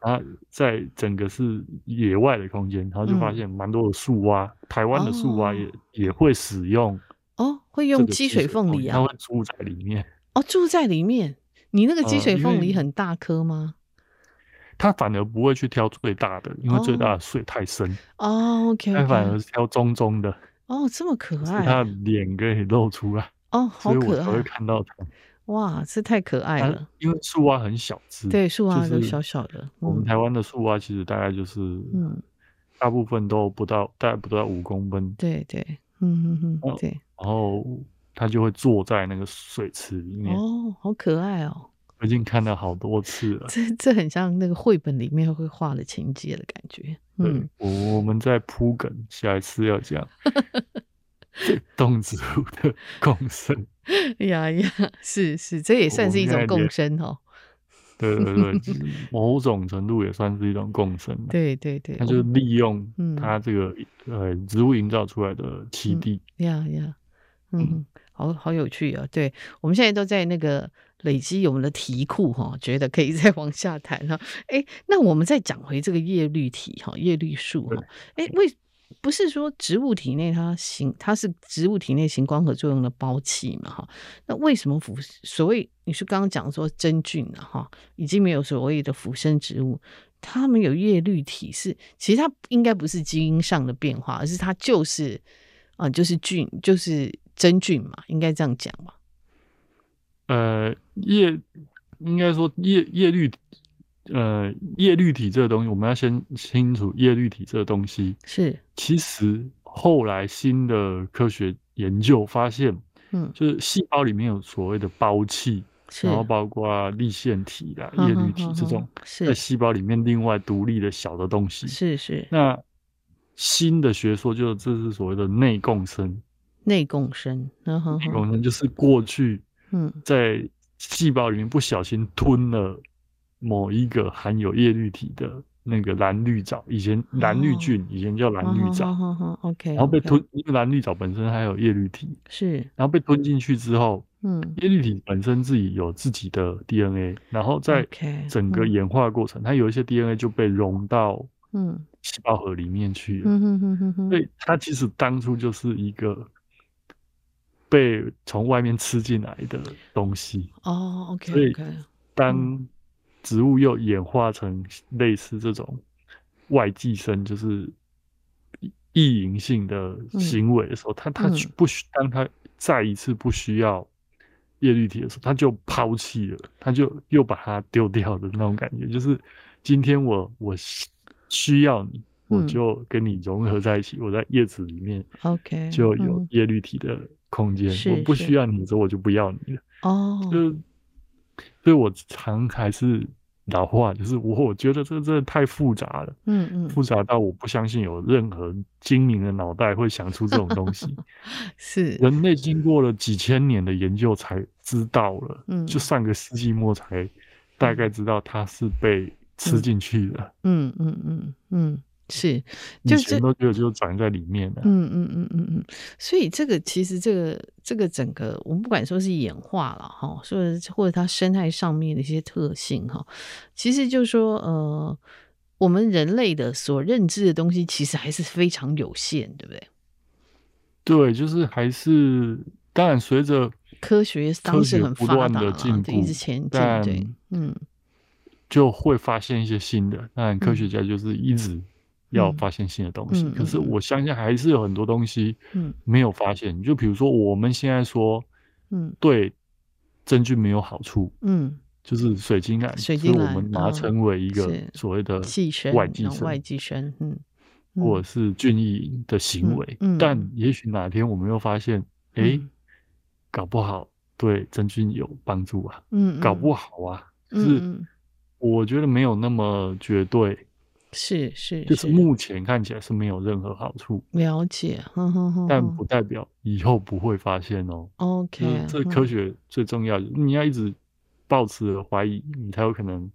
Speaker 2: 它在整个是野外的空间，然后就发
Speaker 1: 嗯
Speaker 2: 现蛮多的树蛙，台湾的树蛙也、
Speaker 1: 哦
Speaker 2: 也会使用
Speaker 1: 哦，会
Speaker 2: 这
Speaker 1: 用
Speaker 2: 个哦
Speaker 1: 积
Speaker 2: 积
Speaker 1: 水
Speaker 2: 水
Speaker 1: 凤
Speaker 2: 凤
Speaker 1: 梨
Speaker 2: 梨，
Speaker 1: 啊
Speaker 2: 它，会住在里面。
Speaker 1: 哦，住在里面。你那个积
Speaker 2: 呃
Speaker 1: 水
Speaker 2: 因
Speaker 1: 凤
Speaker 2: 为
Speaker 1: 梨很大颗吗？
Speaker 2: 它反而不会去挑最大的，因为最大的水太深，
Speaker 1: 哦，OK
Speaker 2: 它反而
Speaker 1: OK，
Speaker 2: 是挑中中的，
Speaker 1: 哦，这么可
Speaker 2: 就是它的
Speaker 1: 爱，
Speaker 2: 脸可以露出来，
Speaker 1: 哦，好
Speaker 2: 所以我
Speaker 1: 可
Speaker 2: 才会
Speaker 1: 爱，
Speaker 2: 看到它。
Speaker 1: 哇，这太可爱
Speaker 2: 它
Speaker 1: 了。
Speaker 2: 因为树蛙很小只，
Speaker 1: 对，树蛙
Speaker 2: 就
Speaker 1: 都
Speaker 2: 是
Speaker 1: 小小的，
Speaker 2: 我们
Speaker 1: 嗯
Speaker 2: 台湾的树蛙其实大概就是，
Speaker 1: 嗯，
Speaker 2: 大部分都不到，大概不到五公分，
Speaker 1: 对对，嗯嗯嗯，
Speaker 2: 哦
Speaker 1: 对，
Speaker 2: 然后它就会坐在那个水池里面。
Speaker 1: 哦，好可爱哦，
Speaker 2: 我已经看了好多次了。
Speaker 1: 这这很像那个绘本里面会画的情节的感觉，
Speaker 2: 对，
Speaker 1: 嗯，
Speaker 2: 我我们在铺梗，下一次要讲 动植物的共生。
Speaker 1: 呀呀，是是，这也
Speaker 2: 我
Speaker 1: 算
Speaker 2: 们
Speaker 1: 是一
Speaker 2: 现
Speaker 1: 种
Speaker 2: 在
Speaker 1: 共
Speaker 2: 连嗯
Speaker 1: 生哦，
Speaker 2: 对对对，其实某种程度也算是一种共生啊啦。
Speaker 1: 对对对，
Speaker 2: 它
Speaker 1: 我
Speaker 2: 就是
Speaker 1: 们
Speaker 2: 利用
Speaker 1: 嗯
Speaker 2: 它这个、呃植物营造出来的基地。
Speaker 1: 呀呀，嗯，好好有趣啊！对我们现在都在那个累积我们的题库哈、觉得可以再 往下谈哈、诶，那我们再讲回这个叶绿体哈、叶绿素哈、诶，为不是说植物体内它行它是植物体内行光合作用的胞器嘛哈、那为什么腐所谓你是刚刚讲说真菌啊哈、已经没有所谓的腐生植物，它们有叶绿体是，其实它应该不是基因上的变化，而是它就是啊、呃就是菌，就是真菌嘛，应该这样讲嘛。
Speaker 2: 呃，叶应该说叶叶绿，呃，叶绿体这个东西，我们要先清楚叶绿体这个东西。
Speaker 1: 是，
Speaker 2: 其实后来新的科学研究发现，
Speaker 1: 嗯，
Speaker 2: 就是细胞里面有所谓的胞器，
Speaker 1: 是
Speaker 2: 然，后包括立腺体啦、
Speaker 1: 哼
Speaker 2: 叶
Speaker 1: 哼
Speaker 2: 绿体
Speaker 1: 哼嗯
Speaker 2: 这
Speaker 1: 哼
Speaker 2: 种在
Speaker 1: 是
Speaker 2: 细胞里面另外独立的小的东西。
Speaker 1: 是是
Speaker 2: 那新的学说就这是所谓的内共生，
Speaker 1: 内共生，嗯哼
Speaker 2: 内
Speaker 1: 哼，
Speaker 2: 共生哦就是过去
Speaker 1: 嗯
Speaker 2: 在细胞里面不小心吞了某一个含有叶绿体的那个蓝绿藻，以前蓝绿
Speaker 1: 哦
Speaker 2: 菌，以前叫蓝绿藻。
Speaker 1: 好好 o k
Speaker 2: 然后被吞，因为蓝绿藻本身还有叶绿体，
Speaker 1: 是，
Speaker 2: 然后被吞进去之后，
Speaker 1: 嗯
Speaker 2: 叶绿体本身自己有自己的 DNA，然后在
Speaker 1: OK，
Speaker 2: 整个
Speaker 1: 嗯
Speaker 2: 演化过程，它有一些 DNA 就被融到
Speaker 1: 嗯
Speaker 2: 细胞核里面去了，
Speaker 1: 嗯哼哼哼哼，
Speaker 2: 所以它其实当初就是一个被从外面吃进来的东西。
Speaker 1: 哦，OK
Speaker 2: 所以
Speaker 1: OK，嗯
Speaker 2: 当植物又演化成类似这种外寄生，就是异异营性的行为的时候，它它
Speaker 1: 嗯
Speaker 2: 不需当它再一次不需要叶绿体的时候，它就抛弃了，它就又把它丢掉的那种感觉，就是今天我我需需要你，我
Speaker 1: 嗯哦
Speaker 2: 就跟你融合在一起，我在叶子里面
Speaker 1: OK，
Speaker 2: 就有
Speaker 1: 嗯
Speaker 2: 叶绿体的空间，
Speaker 1: 是
Speaker 2: 我不
Speaker 1: 是
Speaker 2: 需要你的时候，我就不要你了。
Speaker 1: 哦，
Speaker 2: 就，所以我常还是老话，就是 我我觉得这真的太复杂了，
Speaker 1: 嗯嗯，
Speaker 2: 复杂到我不相信有任何精明的脑袋会想出这种 东西。
Speaker 1: 是，
Speaker 2: 人类经过了几千年的研究才知道了，
Speaker 1: 嗯
Speaker 2: 就上个世纪末才大概知道它是被吃进去的，
Speaker 1: 嗯嗯嗯嗯，是，
Speaker 2: 以
Speaker 1: 就
Speaker 2: 前
Speaker 1: 这
Speaker 2: 都觉得就长在里面了。
Speaker 1: 嗯嗯嗯嗯嗯，所以这个其实这个这个整个，我们不管说是演化了哈，所以或者它生态上面的一些特性哈，其实就是说呃，我们人类的所认知的东西其实还是非常有限，对不对？
Speaker 2: 对，就是还是当然随着
Speaker 1: 科学当
Speaker 2: 科
Speaker 1: 时
Speaker 2: 学
Speaker 1: 很
Speaker 2: 不
Speaker 1: 发
Speaker 2: 断
Speaker 1: 达
Speaker 2: 地
Speaker 1: 了，
Speaker 2: 进
Speaker 1: 就一直
Speaker 2: 步
Speaker 1: 前进，对
Speaker 2: 但，
Speaker 1: 嗯
Speaker 2: 就会发现一些新的。当然，科
Speaker 1: 嗯
Speaker 2: 学家就是一直要发现新的东西。
Speaker 1: 嗯嗯
Speaker 2: 可是
Speaker 1: 嗯嗯
Speaker 2: 我相信还是有很多东西
Speaker 1: 嗯
Speaker 2: 没有发现。就比如说，我们现在说
Speaker 1: 嗯
Speaker 2: 对真菌没有好处，
Speaker 1: 嗯，
Speaker 2: 就是水晶兰，
Speaker 1: 水
Speaker 2: 所以
Speaker 1: 晶
Speaker 2: 我
Speaker 1: 兰
Speaker 2: 们把它
Speaker 1: 嗯
Speaker 2: 称为一个
Speaker 1: 是
Speaker 2: 所谓的
Speaker 1: 寄生
Speaker 2: 外
Speaker 1: 那
Speaker 2: 寄
Speaker 1: 种
Speaker 2: 生，
Speaker 1: 外寄生，嗯，嗯
Speaker 2: 或者是菌意营的行
Speaker 1: 嗯
Speaker 2: 为。
Speaker 1: 嗯
Speaker 2: 但也许哪天我们又发现，诶，
Speaker 1: 嗯
Speaker 2: 搞不好对真菌有帮助啊，
Speaker 1: 嗯
Speaker 2: 搞
Speaker 1: 嗯
Speaker 2: 不好啊，就
Speaker 1: 嗯
Speaker 2: 是
Speaker 1: 嗯
Speaker 2: 我觉得没有那么绝对。
Speaker 1: 是是
Speaker 2: 就是目前看起来是没有任何好处，
Speaker 1: 了解，哼哼哼
Speaker 2: 但
Speaker 1: 哼
Speaker 2: 不代表以后不会发现哦。就
Speaker 1: OK，
Speaker 2: 是这
Speaker 1: 嗯
Speaker 2: 科学最重要，你要一直保持怀疑，你才有可能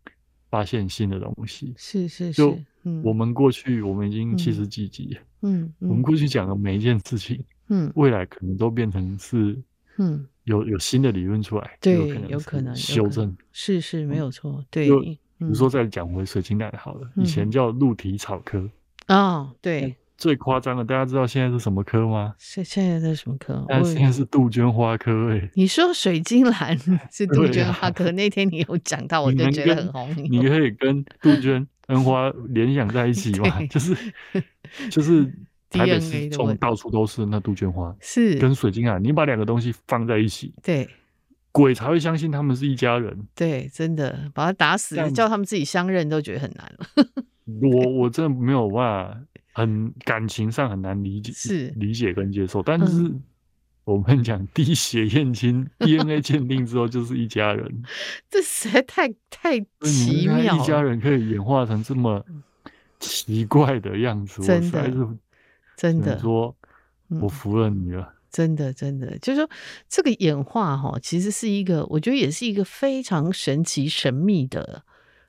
Speaker 2: 发现新的东西。
Speaker 1: 是是，
Speaker 2: 就是
Speaker 1: 嗯，
Speaker 2: 我们过去，我们已经
Speaker 1: 嗯
Speaker 2: 七十几集了，
Speaker 1: 嗯
Speaker 2: 我们
Speaker 1: 嗯
Speaker 2: 过去讲的每一件事情，
Speaker 1: 嗯
Speaker 2: 未来可能都变成是
Speaker 1: 嗯，
Speaker 2: 有有新的理论出来，
Speaker 1: 对，
Speaker 2: 可
Speaker 1: 有
Speaker 2: 能
Speaker 1: 可能嗯
Speaker 2: 是修正。，嗯
Speaker 1: 是是没有错，对，嗯
Speaker 2: 就
Speaker 1: 比
Speaker 2: 比如说，再讲回水晶蛋好了，以前
Speaker 1: 嗯
Speaker 2: 叫陆蹄草科，
Speaker 1: 啊，对，
Speaker 2: 最夸张的，大家知道现在是什么科吗？
Speaker 1: 现现在在什么科？
Speaker 2: 那
Speaker 1: 我
Speaker 2: 现在是杜鹃花科 哎、
Speaker 1: 你说水晶兰 是杜
Speaker 2: 对
Speaker 1: 鹃
Speaker 2: 啊
Speaker 1: 花科，那天你有讲到，我
Speaker 2: 你
Speaker 1: 就
Speaker 2: 能
Speaker 1: 觉得
Speaker 2: 跟
Speaker 1: 很红
Speaker 2: 你
Speaker 1: 牛
Speaker 2: 可以跟杜鹃、恩花联想在一起嘛？
Speaker 1: 对
Speaker 2: 就是 就是台北
Speaker 1: DNA 的
Speaker 2: 市种
Speaker 1: 问
Speaker 2: 到处都是那杜鹃花
Speaker 1: 是
Speaker 2: 跟，水晶啊兰，你把两个东西放在一起，
Speaker 1: 对
Speaker 2: 鬼才会相信他们是一家人。
Speaker 1: 对，真的把它打死
Speaker 2: 这，样
Speaker 1: 叫他们自己相认都觉得很难了。
Speaker 2: 我我真的没有办法，很感情上很难理解，
Speaker 1: 是嗯
Speaker 2: 理解跟接受。但是我们讲滴血验 亲，DNA 鉴定之后就是一家人，
Speaker 1: 这实在太太
Speaker 2: 所以你
Speaker 1: 奇
Speaker 2: 们看
Speaker 1: 妙
Speaker 2: 一家
Speaker 1: 了，
Speaker 2: 人可以演化成这么奇怪的样子，我
Speaker 1: 真
Speaker 2: 实
Speaker 1: 的
Speaker 2: 在是
Speaker 1: 真
Speaker 2: 只能
Speaker 1: 的，
Speaker 2: 说
Speaker 1: 嗯
Speaker 2: 我服了你了。
Speaker 1: 真的，真的，就是说这个演化哈、其实是一个，我觉得也是一个非常神奇、神秘的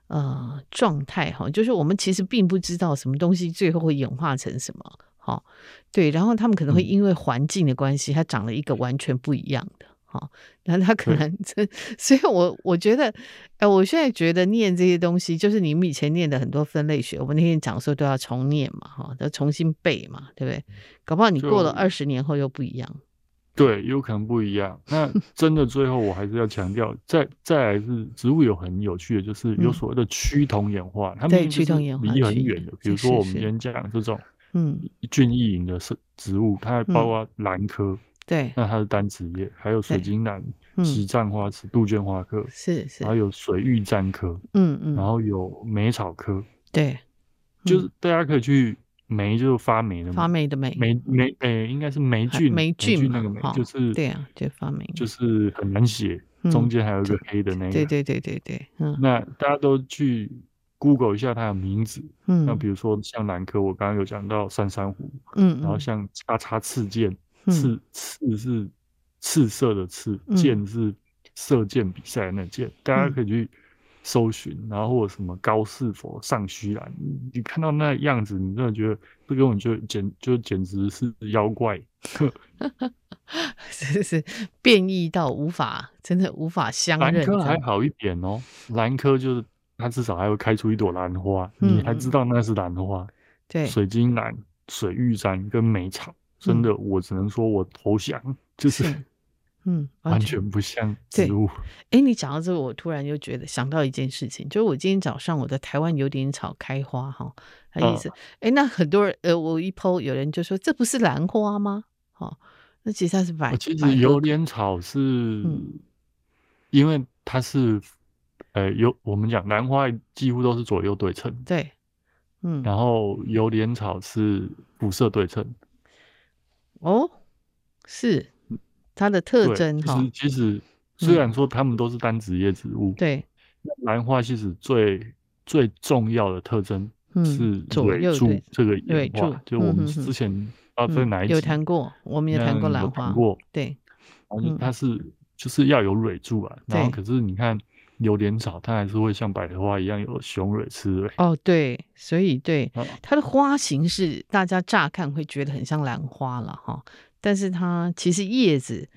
Speaker 1: 呃状态哈、就是我们其实并不知道什么东西最后会演化成什么，哈、对，然后他们可能会
Speaker 2: 嗯
Speaker 1: 因为环境的关系，它长了一个完全不一样的。哈，然后它可
Speaker 2: 对
Speaker 1: 能真，所以我我觉得，哎，我现在觉得念这些东西，就是你们以前念的很多分类学，我们那天讲说都要重念嘛，哈，要重新背嘛，对不对？搞不好你过了
Speaker 2: 就
Speaker 1: 二十年后又不一样。
Speaker 2: 对，有可能不一样。那 真的，最后我还是要强调，再再来是植物有很有趣的，就是有
Speaker 1: 嗯
Speaker 2: 所谓的趋同演化，它
Speaker 1: 对
Speaker 2: 们明明
Speaker 1: 趋
Speaker 2: 就是
Speaker 1: 同演化
Speaker 2: 离
Speaker 1: 趋
Speaker 2: 很远的。比如
Speaker 1: 是
Speaker 2: 说我
Speaker 1: 是
Speaker 2: 们今天讲这种
Speaker 1: 嗯，
Speaker 2: 菌异营的生植物，它还包括兰科，
Speaker 1: 对，
Speaker 2: 那它是单子叶，还有水
Speaker 1: 对
Speaker 2: 晶兰、
Speaker 1: 嗯，
Speaker 2: 西藏花科、杜鹃花科，
Speaker 1: 是是
Speaker 2: 然，后有水玉簪科，
Speaker 1: 嗯嗯，
Speaker 2: 然后有梅草科，
Speaker 1: 对，
Speaker 2: 就是
Speaker 1: 嗯
Speaker 2: 大家可以去梅就是发霉的
Speaker 1: 发
Speaker 2: 嘛，
Speaker 1: 霉的霉，
Speaker 2: 霉霉诶，应该是霉
Speaker 1: 还
Speaker 2: 菌，
Speaker 1: 霉菌
Speaker 2: 那
Speaker 1: 嘛
Speaker 2: 个霉
Speaker 1: 哈
Speaker 2: 就是
Speaker 1: 对啊就发霉
Speaker 2: 就是很难写，
Speaker 1: 嗯
Speaker 2: 中间还有一个黑的那个。
Speaker 1: 对对对对对，嗯
Speaker 2: 那大家都去 Google 一下它的名字。
Speaker 1: 嗯，
Speaker 2: 那比如说像兰科，我刚刚有讲到三珊瑚，
Speaker 1: 嗯，
Speaker 2: 然后
Speaker 1: 嗯
Speaker 2: 像叉叉刺剑，
Speaker 1: 嗯
Speaker 2: 刺刺是刺色的刺，
Speaker 1: 嗯
Speaker 2: 剑是射箭比赛的那箭，大家
Speaker 1: 嗯
Speaker 2: 可以去搜寻，然后或者什么高士佛、上虚兰，你看到那样子，你真的觉得这个我就简就简直是妖怪，
Speaker 1: 是是变异到无法真的无法相
Speaker 2: 兰
Speaker 1: 认，
Speaker 2: 科
Speaker 1: 真
Speaker 2: 还
Speaker 1: 的
Speaker 2: 好一点哦，兰科就是它至少还会开出一朵兰花，你还知
Speaker 1: 嗯嗯
Speaker 2: 道那是兰花。
Speaker 1: 对，嗯
Speaker 2: 水晶兰、水玉簪跟梅草，真的，我只能说我投降，就是
Speaker 1: 是嗯，
Speaker 2: 完
Speaker 1: 完
Speaker 2: 全不像
Speaker 1: 对
Speaker 2: 植物。
Speaker 1: 哎，你讲到这个，我突然又觉得想到一件事情，就是我今天早上我的台湾有点草开花哈，它意
Speaker 2: 嗯
Speaker 1: 思，哎、那很多人呃，我一剖有人就说这不是兰花吗？哦，那其实它是百，
Speaker 2: 我其
Speaker 1: 百合
Speaker 2: 实油莲草是
Speaker 1: 嗯，
Speaker 2: 因为它是，呃，有我们讲兰花几乎都是左右对称，
Speaker 1: 对，嗯，
Speaker 2: 然后油莲草是辐射对称，
Speaker 1: 哦，是它的特
Speaker 2: 嗯对，
Speaker 1: 征
Speaker 2: 就
Speaker 1: 哈、嗯
Speaker 2: 是其实虽然说它们都是单子叶植物，
Speaker 1: 对，
Speaker 2: 兰花其实最最重要的特征
Speaker 1: 嗯
Speaker 2: 是
Speaker 1: 左右
Speaker 2: 蕊柱
Speaker 1: 对
Speaker 2: 这个
Speaker 1: 蕊
Speaker 2: 演化
Speaker 1: 柱，
Speaker 2: 就我
Speaker 1: 嗯
Speaker 2: 们
Speaker 1: 哼哼
Speaker 2: 之前啊在
Speaker 1: 嗯
Speaker 2: 哪一集
Speaker 1: 有谈过，我们有谈过
Speaker 2: 嗯有
Speaker 1: 兰
Speaker 2: 谈
Speaker 1: 花，
Speaker 2: 过
Speaker 1: 对，
Speaker 2: 然后就
Speaker 1: 嗯
Speaker 2: 哦它是就是要有蕊柱啊，然后
Speaker 1: 对
Speaker 2: 可是你看有点少，它还是会像百合花一样有雄蕊雌蕊。
Speaker 1: 哦对，所以对，
Speaker 2: 啊
Speaker 1: 它的花型是大家乍看会觉得很像兰花了哈，但是它其实叶子，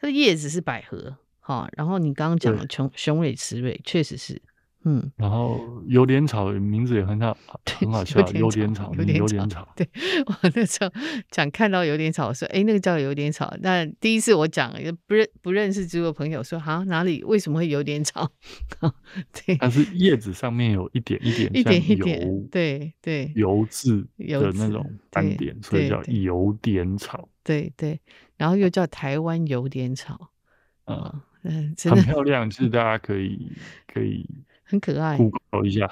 Speaker 1: 它的叶子是百合哈。然后你刚刚讲
Speaker 2: 对
Speaker 1: 的雄雄蕊、雌蕊，确实是，嗯，
Speaker 2: 然后油莲草名字也很好，很好笑，
Speaker 1: 有
Speaker 2: 油
Speaker 1: 点
Speaker 2: 莲
Speaker 1: 草
Speaker 2: 草，
Speaker 1: 有
Speaker 2: 你
Speaker 1: 点
Speaker 2: 油
Speaker 1: 草
Speaker 2: 莲草，
Speaker 1: 对我 那时候讲看到有点草，我说哎，那个叫有点草。那第一次我讲也不认不认识植物的朋友说哈哪里为什么会有点 草？对，
Speaker 2: 它是叶子上面有一点一点
Speaker 1: 一
Speaker 2: 像
Speaker 1: 点一
Speaker 2: 油
Speaker 1: 点，对对
Speaker 2: 油渍
Speaker 1: 油
Speaker 2: 的
Speaker 1: 渍
Speaker 2: 那种斑
Speaker 1: 对
Speaker 2: 点，所以
Speaker 1: 对
Speaker 2: 叫
Speaker 1: 对
Speaker 2: 油莲草
Speaker 1: 对对，然后又叫台湾有点草
Speaker 2: 啊，
Speaker 1: 啊，嗯，真
Speaker 2: 很
Speaker 1: 的
Speaker 2: 漂亮，是大家可以可 以
Speaker 1: 很可爱。
Speaker 2: Google 一下。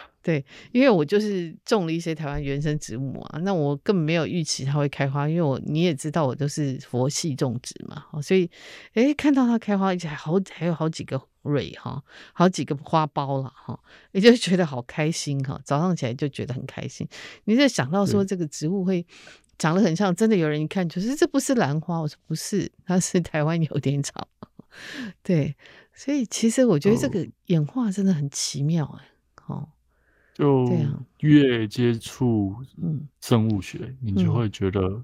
Speaker 1: 因为我就是种了一些台湾原生植物啊，那我根本没有预期它会开花，因为我你也知道我都是佛系种植嘛，哦所以诶看到它开花，而且还好还有好几个蕊哈，好几个花苞了哈，也就觉得好开心哈，早上起来就觉得很开心。你在想到说
Speaker 2: 对
Speaker 1: 这个植物会长得很像，真的有人一看就是这不是兰花，我说不是，它是台湾有点草，对，所以其实我觉得这
Speaker 2: 哦
Speaker 1: 个演化真的很奇妙哎、哦，
Speaker 2: 就
Speaker 1: 对啊
Speaker 2: 越接触
Speaker 1: 嗯。
Speaker 2: 生物学，你就
Speaker 1: 嗯
Speaker 2: 会觉得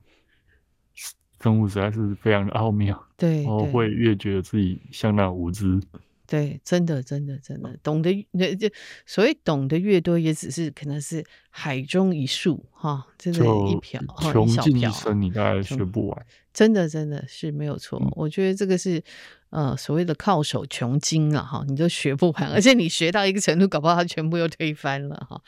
Speaker 2: 生物实在是非常的奥妙，哦
Speaker 1: 对，
Speaker 2: 然后
Speaker 1: 对
Speaker 2: 会越觉得自己相当无知。
Speaker 1: 对，真的，真的，真
Speaker 2: 哦
Speaker 1: 的，懂得那这所谓懂得越多，也只是可能是海中一粟哈，真的，
Speaker 2: 就
Speaker 1: 一瓢，哈
Speaker 2: 穷
Speaker 1: 一小
Speaker 2: 尽一
Speaker 1: 瓢
Speaker 2: 生，嗯你大概
Speaker 1: 穷
Speaker 2: 学不完。
Speaker 1: 真的真的是没有错，我觉得这个是呃所谓的靠手穷经了哈，你都学不完，而且你学到一个程度，搞不好它全部又推翻了哈，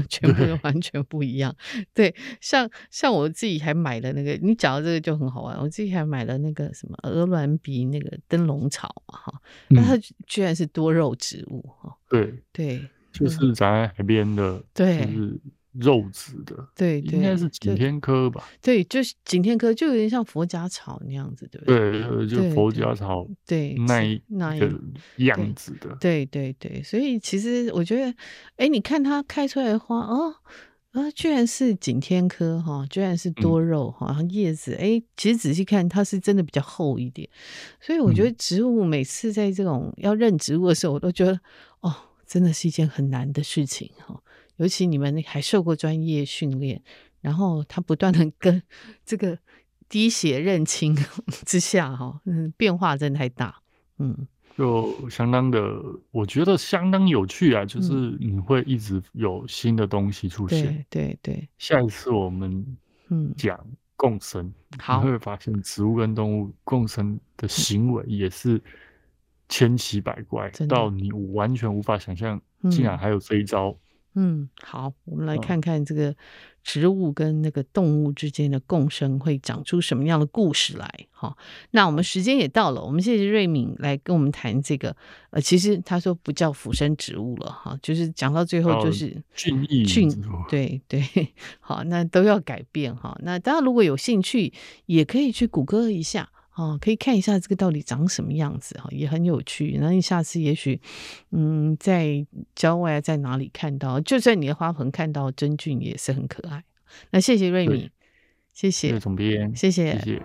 Speaker 1: 全部又完全不一样。对，像像我自己还买了那个，你讲到这个就很好玩，我自己还买了那个什么鹅銮鼻那个灯笼草啊哈，那它
Speaker 2: 嗯，
Speaker 1: 居然是多肉植物哈，
Speaker 2: 对，
Speaker 1: 对
Speaker 2: 就是咱海边的，
Speaker 1: 嗯对
Speaker 2: 就是肉质的，
Speaker 1: 对对，
Speaker 2: 应该是
Speaker 1: 就
Speaker 2: 景天科吧？
Speaker 1: 对，就是景天科就有点像佛甲草那样子，对不对？
Speaker 2: 对，呃就
Speaker 1: 对
Speaker 2: 佛
Speaker 1: 对
Speaker 2: 家草
Speaker 1: 对，
Speaker 2: 那
Speaker 1: 是
Speaker 2: 一
Speaker 1: 那一
Speaker 2: 个样子的。
Speaker 1: 对对对，所以其实我觉得，哎，你看它开出来的花，哦，啊，居然是景天科哈、居然是多肉哈、然后叶子，哎，其实仔细看它是真的比较厚一点，所以我觉得植物每次在这种要认植物的时候，我都觉得，哦，真的是一件很难的事情哈、尤其你们还受过专业训练，然后它不断的跟这个滴血认亲 之下哈、嗯，变化真的太大，嗯，
Speaker 2: 就相当的，我觉得相当有趣啊！就是你会一直有新的东西出现。
Speaker 1: 嗯对对对，
Speaker 2: 下一次我们
Speaker 1: 嗯。
Speaker 2: 讲共生，你
Speaker 1: 好，嗯
Speaker 2: 会发现植物跟动物共生的行为也是千奇百怪
Speaker 1: 真，的
Speaker 2: 到你完全无法想象，竟然
Speaker 1: 嗯
Speaker 2: 还有这一招。
Speaker 1: 嗯，好，我们来
Speaker 2: 嗯
Speaker 1: 看看这个植物跟那个动物之间的共生会长出什么样的故事来。哈，那我们时间也到了，我们谢谢瑞敏来跟我们谈这个。呃，其实他说不叫腐生植物了，哈，就是讲到最后
Speaker 2: 到
Speaker 1: 就是
Speaker 2: 俊逸
Speaker 1: 菌
Speaker 2: 植物
Speaker 1: 对 对，好，那都要改变哈。那大家如果有兴趣，也可以去谷歌一下啊，可以看一下这个到底长什么样子哈，也很有趣。那你下次也许，嗯，在郊外啊在哪里看到，就算你的花盆看到真菌，也是很可爱。那谢谢瑞
Speaker 2: 对
Speaker 1: 米，谢
Speaker 2: 谢谢
Speaker 1: 谢，
Speaker 2: 总编，
Speaker 1: 谢谢
Speaker 2: 谢。谢。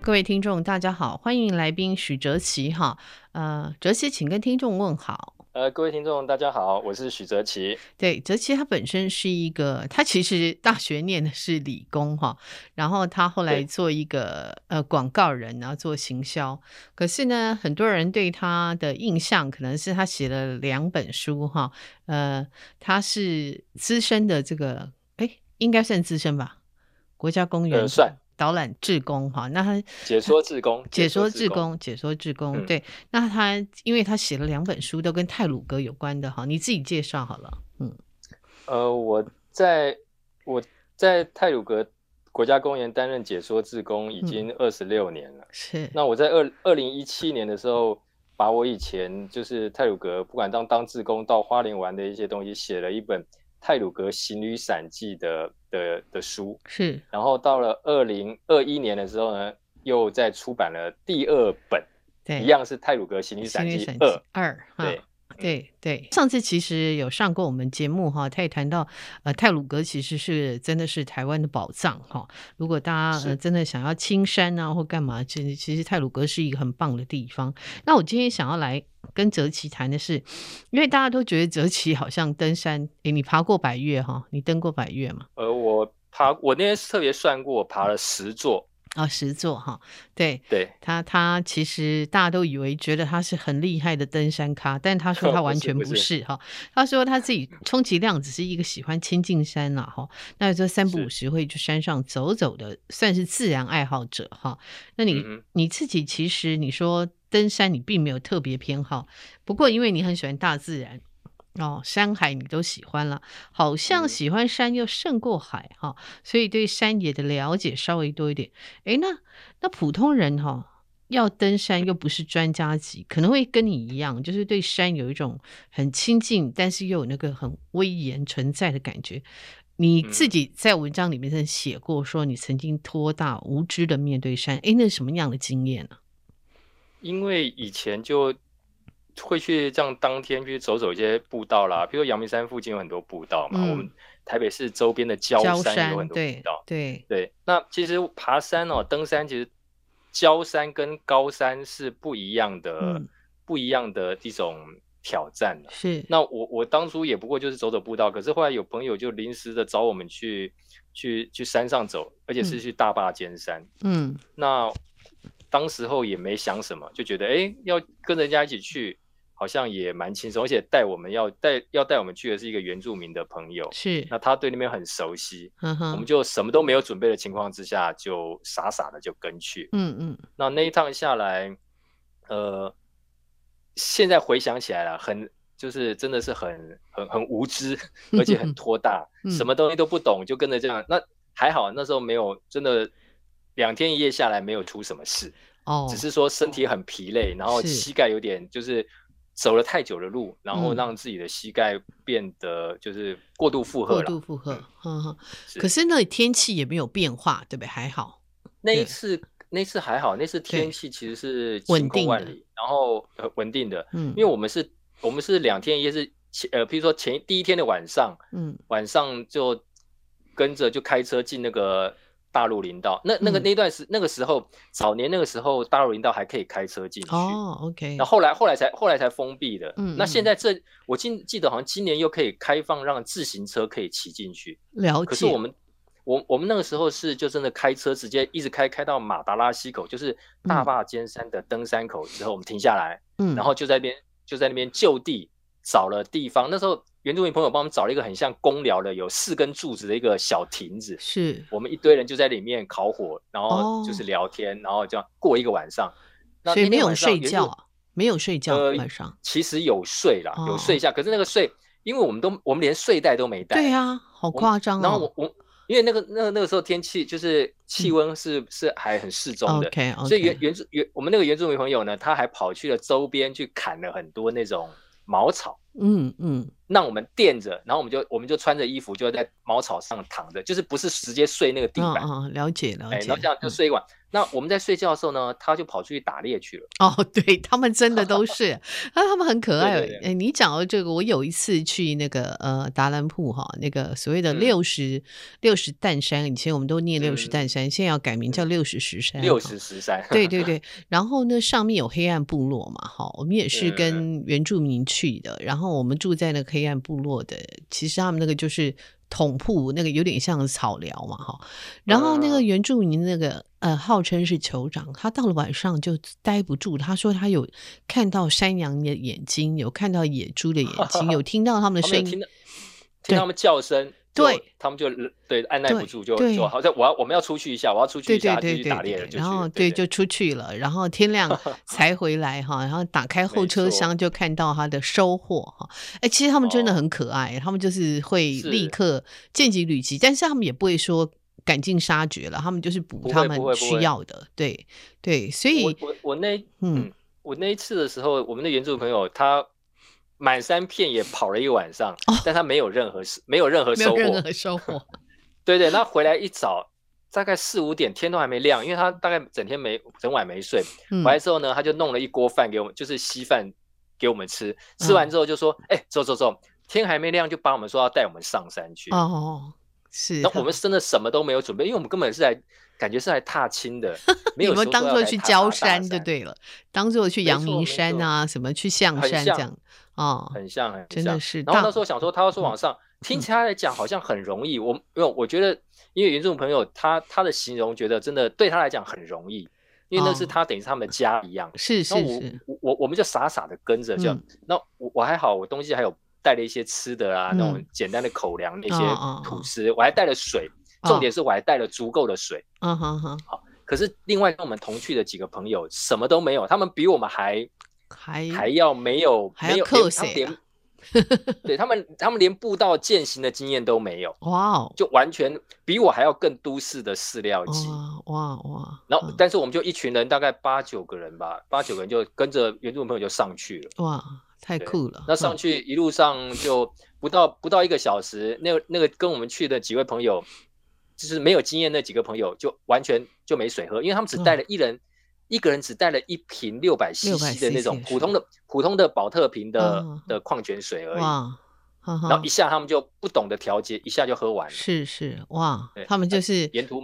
Speaker 1: 各位听众，大家好，欢迎来宾许哲奇哈。呃，哲奇，请跟听众问好。
Speaker 3: 呃，各位听众，大家好，我是许哲奇。
Speaker 1: 对，哲奇他本身是一个，他其实大学念的是理工哈，然后他后来
Speaker 3: 对
Speaker 1: 做一个呃广告人，然后做行销。可是呢，很多人对他的印象可能是他写了两本书哈，呃，他是资深的这个，哎，应该算资深吧，国家公园
Speaker 3: 呃算
Speaker 1: 导览志工哈。那他
Speaker 3: 解说志工，
Speaker 1: 解说志
Speaker 3: 工，
Speaker 1: 工，解说志工，
Speaker 3: 嗯
Speaker 1: 对，那他因为他写了两本书，都跟泰鲁格有关的哈，你自己介绍好了，嗯。
Speaker 3: 呃，我在我在泰鲁格国家公园担任解说志工已经二十六年了。
Speaker 1: 是，
Speaker 3: 那我在二二零一七年的时候，把我以前就是泰鲁格不管当当志工到花莲玩的一些东西，写了一本《泰鲁格行旅散记的的的书。
Speaker 1: 是
Speaker 3: 然后到了二零二一年的时候呢，又再出版了第二本，
Speaker 1: 对，
Speaker 3: 一样是《泰鲁格行旅
Speaker 1: 心
Speaker 3: 散
Speaker 1: 理
Speaker 3: 记
Speaker 1: 审计
Speaker 3: 二》。
Speaker 1: 二，哈
Speaker 3: 对，嗯
Speaker 1: 对对，上次其实有上过我们节目哈，他也谈到，呃，泰鲁格其实是真的是台湾的宝藏哈。如果大家呃
Speaker 3: 是
Speaker 1: 真的想要青山啊或干嘛，其实其实泰鲁格是一个很棒的地方。那我今天想要来跟哲奇谈的是，因为大家都觉得哲奇好像登山，诶，你爬过百越哈，你登过百越吗？
Speaker 3: 呃，我爬，我那天特别算过，我爬了十座。
Speaker 1: 啊，十座哈，对，
Speaker 3: 对，
Speaker 1: 他他其实大家都以为觉得他是很厉害的登山咖，但他 说他
Speaker 3: 不
Speaker 1: 完
Speaker 3: 是
Speaker 1: 全
Speaker 3: 不
Speaker 1: 不
Speaker 3: 是
Speaker 1: 是哈。他说他自己充其量只是一个喜欢亲近山啦哈，那这三不五
Speaker 3: 是
Speaker 1: 时会去山上走走的，算是自然爱好者哈。那你、
Speaker 3: 嗯哼
Speaker 1: 你自己其实你说登山你并没有特别偏好，不过因为你很喜欢大自然。哦，山海你都喜欢了，好像
Speaker 3: 嗯
Speaker 1: 喜欢山又胜过海哈、所以对山野的了解稍微多一点。诶，那那普通人哈、要登山又不是专家级，可能会跟你一样，就是对山有一种很亲近，但是又有那个很威严存在的感觉。你自
Speaker 3: 嗯
Speaker 1: 己在文章里面曾写过，说你曾经托大无知的面对山，诶，那是什么样的经验呢、
Speaker 3: 因为以前就会去这样当天去走走一些步道啦，比如说阳明山附近有很多步道嘛，我
Speaker 1: 嗯
Speaker 3: 们台北市周边的郊
Speaker 1: 焦
Speaker 3: 山也有
Speaker 1: 山，
Speaker 3: 很多步
Speaker 1: 对
Speaker 3: 道。
Speaker 1: 对，
Speaker 3: 对，那其实爬山哦，登山其实郊山跟高山是不一样的，
Speaker 1: 嗯
Speaker 3: 不一样的一种挑战了。
Speaker 1: 是
Speaker 3: 那我我当初也不过就是走走步道，可是后来有朋友就临时的找我们去去去山上走，而且
Speaker 1: 嗯
Speaker 3: 是去大坝尖山。
Speaker 1: 嗯
Speaker 3: 那当时候也没想什么，就觉得哎、诶要跟人家一起去，好像也蛮轻松，而且带我们要带要带我们去的是一个原住民的朋友，
Speaker 1: 是，
Speaker 3: 那他对那边很熟悉，
Speaker 1: 嗯
Speaker 3: 我们
Speaker 1: 哼，
Speaker 3: 就什么都没有准备的情况之下，就傻傻的就跟去。
Speaker 1: 嗯嗯
Speaker 3: 那那一趟下来，呃，现在回想起来了，很就是真的是很很很无知，而且很拖大，
Speaker 1: 嗯
Speaker 3: 什么东西都不懂，就跟着这样。那还好，那时候没有真的两天一夜下来没有出什么事，
Speaker 1: 哦，
Speaker 3: 只是说身体很疲累，然后
Speaker 1: 是
Speaker 3: 膝盖有点就是。走了太久的路，然后
Speaker 1: 嗯
Speaker 3: 让自己的膝盖变得就是过度负荷
Speaker 1: 过
Speaker 3: 了。
Speaker 1: 度负荷，嗯哼。
Speaker 3: 是
Speaker 1: 可是那里天气也没有变化，对不对？还好，
Speaker 3: 那
Speaker 1: 对
Speaker 3: 一次那次还好，那次
Speaker 1: 对
Speaker 3: 天气其实是
Speaker 1: 稳
Speaker 3: 晴空
Speaker 1: 定
Speaker 3: 万
Speaker 1: 的
Speaker 3: 里，然后呃稳定的，
Speaker 1: 嗯，
Speaker 3: 因为我们是，我们是两天一夜是前，呃，譬如说前第一天的晚上，
Speaker 1: 嗯
Speaker 3: 晚上就跟着就开车进那个大陆林道。那那个
Speaker 1: 嗯
Speaker 3: 那段时那个时候，早年那个时候大陆林道还可以开车进去，
Speaker 1: 哦，OK，
Speaker 3: 然后后来后来才后来才封闭的。
Speaker 1: 嗯
Speaker 3: 那现
Speaker 1: 嗯
Speaker 3: 在这我记记得好像今年又可以开放让自行车可以骑进去，
Speaker 1: 了
Speaker 3: 可是
Speaker 1: 解，
Speaker 3: 我们。我我们那个时候是就真的开车直接一直开开到马达拉溪口，就是大
Speaker 1: 嗯
Speaker 3: 坝尖山的登山口之后，我们停下来，
Speaker 1: 嗯，
Speaker 3: 然后就在那边就在那边就地找了地方。那时候原住民朋友帮我们找了一个很像公寮的，有四根柱子的一个小亭子，
Speaker 1: 是
Speaker 3: 我们一堆人就在里面烤火，然后就
Speaker 1: 哦
Speaker 3: 是聊天，然后这样过一个晚上。那
Speaker 1: 所以
Speaker 3: 那
Speaker 1: 没
Speaker 3: 天
Speaker 1: 有
Speaker 3: 晚上
Speaker 1: 睡
Speaker 3: 原住
Speaker 1: 觉啊，没有睡觉
Speaker 3: 呃
Speaker 1: 晚上，
Speaker 3: 其实有睡啦，有睡
Speaker 1: 哦
Speaker 3: 一下，可是那个睡，因为我们都我们连睡袋都没带，
Speaker 1: 对啊，好
Speaker 3: 我们
Speaker 1: 夸张
Speaker 3: 然后
Speaker 1: 哦嗯
Speaker 3: 我我因为那个那个那个时候天气就是气温是、是还很适中的。
Speaker 1: ，OK OK，
Speaker 3: 所以原原住原我们那个原住民朋友呢，他还跑去了周边去砍了很多那种茅草，
Speaker 1: 嗯嗯
Speaker 3: 让我们垫着，然后我们就我们就穿着衣服就在茅草上躺着，就是不是直接睡那个地
Speaker 1: 嗯
Speaker 3: 板，
Speaker 1: 嗯，了解了
Speaker 3: 哎、
Speaker 1: 解，
Speaker 3: 然后这样就
Speaker 1: 嗯
Speaker 3: 睡一晚。那我们在睡觉的时候呢，他就跑出去打猎去了。
Speaker 1: 哦，对他们真的 都是，啊，他们很可爱。
Speaker 3: 对对对
Speaker 1: 哎，你讲到这个，我有一次去那个呃达兰铺哈，那个所谓的
Speaker 3: 嗯
Speaker 1: 六十六十担山，以前我们都念六十
Speaker 3: 嗯
Speaker 1: 担山，现在要改名叫六十石山。
Speaker 3: 六十十三，
Speaker 1: 哎对对对，然后呢，上面有黑暗部落嘛，哈，我们也是
Speaker 3: 嗯
Speaker 1: 跟原住民去的，然后我们住在那个黑暗部落的，其实他们那个就是桶铺，那个有点像草寮嘛，哈，然后那个
Speaker 3: 嗯
Speaker 1: 原住民那个呃，号称是酋长，他到了晚上就待不住，他说他有看到山羊的眼睛，有看到野猪的眼睛，有听到他们的
Speaker 3: 他
Speaker 1: 声
Speaker 3: 们有
Speaker 1: 音，
Speaker 3: 听到
Speaker 1: 对
Speaker 3: 听到他们叫声，就
Speaker 1: 对，
Speaker 3: 他们就对按耐不
Speaker 1: 对
Speaker 3: 住，就
Speaker 1: 对
Speaker 3: 就好像我要我们要出去一下，我要出去
Speaker 1: 对
Speaker 3: 一下，
Speaker 1: 对
Speaker 3: 他
Speaker 1: 对
Speaker 3: 继续
Speaker 1: 对
Speaker 3: 打猎了，
Speaker 1: 对，
Speaker 3: 就去
Speaker 1: 然后
Speaker 3: 了
Speaker 1: 对
Speaker 3: 对
Speaker 1: 就出去了，然后天 亮才回来哈，然后打开后
Speaker 3: 没
Speaker 1: 车
Speaker 3: 错
Speaker 1: 厢就看到他的收获哈。哎，其实他们真的
Speaker 3: 哦
Speaker 1: 很可爱，他们就是会
Speaker 3: 是
Speaker 1: 立刻见机履机，但是他们也不会说赶尽杀绝了，他们就是补
Speaker 3: 不
Speaker 1: 他
Speaker 3: 会
Speaker 1: 们
Speaker 3: 不会不
Speaker 1: 需
Speaker 3: 会
Speaker 1: 要的，对对，所
Speaker 3: 我
Speaker 1: 以
Speaker 3: 我我那
Speaker 1: 嗯
Speaker 3: 嗯，我那一次的时候，我们的原住民朋友他满山遍野跑了一个晚上，但他没有任何事，没有任何
Speaker 1: 哦没
Speaker 3: 收
Speaker 1: 有
Speaker 3: 获。
Speaker 1: 任何收 获，
Speaker 3: 对对，那回来一早，大概四五点，天都还没亮，因为他大概整天没整晚没睡。
Speaker 1: 嗯
Speaker 3: 回来之后呢，他就弄了一锅饭给我们，就是稀饭给我们吃。
Speaker 1: 嗯
Speaker 3: 吃完之后就说：“哎、走走走，天还没亮，就把我们说要带我们上山去。”
Speaker 1: 哦，是
Speaker 3: 那
Speaker 1: 他
Speaker 3: 我们真的什么都没有准备，因为我们根本是来感觉是来踏青 的，
Speaker 1: 你
Speaker 3: 没有
Speaker 1: 们
Speaker 3: 说
Speaker 1: 当
Speaker 3: 要
Speaker 1: 做
Speaker 3: 来
Speaker 1: 去
Speaker 3: 踏
Speaker 1: 郊
Speaker 3: 大
Speaker 1: 山就对了，当做去
Speaker 3: 没
Speaker 1: 阳
Speaker 3: 错
Speaker 1: 明
Speaker 3: 没
Speaker 1: 山
Speaker 3: 错
Speaker 1: 啊，什么去象
Speaker 3: 很
Speaker 1: 山这
Speaker 3: 像
Speaker 1: 样哦，
Speaker 3: 很像，很
Speaker 1: 真的
Speaker 3: 像。
Speaker 1: 是
Speaker 3: 然后
Speaker 1: 大
Speaker 3: 那时候想说，他要说
Speaker 1: 嗯
Speaker 3: 往上，听起来来讲好像很容易。我因为我觉得，因为原住民朋友他他的形容，觉得真的对他来讲很容易，因为那是
Speaker 1: 哦
Speaker 3: 他等于是他们的家一样。
Speaker 1: 是是
Speaker 3: 那我
Speaker 1: 是，
Speaker 3: 我我我们就傻傻的跟着，就
Speaker 1: 嗯
Speaker 3: 那我我还好，我东西还有带了一些吃的啊，
Speaker 1: 嗯
Speaker 3: 那种简单的口粮，那
Speaker 1: 哦哦
Speaker 3: 些
Speaker 1: 哦
Speaker 3: 吐司，我还带了水，重点是我还带了足够的水。
Speaker 1: 嗯哼哼，
Speaker 3: 可是另外跟我们同去的几个朋友什么都没有，他们比我们还
Speaker 1: 还
Speaker 3: 还要没有
Speaker 1: 还要
Speaker 3: 没有
Speaker 1: 克
Speaker 3: 连
Speaker 1: 谁啊
Speaker 3: 他们连对他们他们连步道践行的经验都没有，
Speaker 1: 哇哦，
Speaker 3: 就完全比我还要更都市的饲料鸡。
Speaker 1: 哇哇哇！
Speaker 3: 然后
Speaker 1: 哦嗯，
Speaker 3: 但是我们就一群人，大概八九个人吧，八九个人就跟着原住民朋友就上去了。
Speaker 1: 哇，太
Speaker 3: 对
Speaker 1: 酷了！
Speaker 3: 那上去一路上就不到不到一个小时，那个那个跟我们去的几位朋友，就是没有经验那几个朋友，就完全就没水喝，因为他们只带
Speaker 1: 嗯
Speaker 3: 了一人，一个人只带了一瓶六百 CC 的那种
Speaker 1: 600cc
Speaker 3: 普通的普通的保特瓶的、
Speaker 1: 嗯
Speaker 3: 的矿泉水而
Speaker 1: 嗯
Speaker 3: 已。
Speaker 1: 哇，嗯哈
Speaker 3: 然
Speaker 1: 哈
Speaker 3: 后一，下他们就不懂得调节，一下就喝完了。
Speaker 1: 是是哇
Speaker 3: 对，
Speaker 1: 他们就是
Speaker 3: 沿途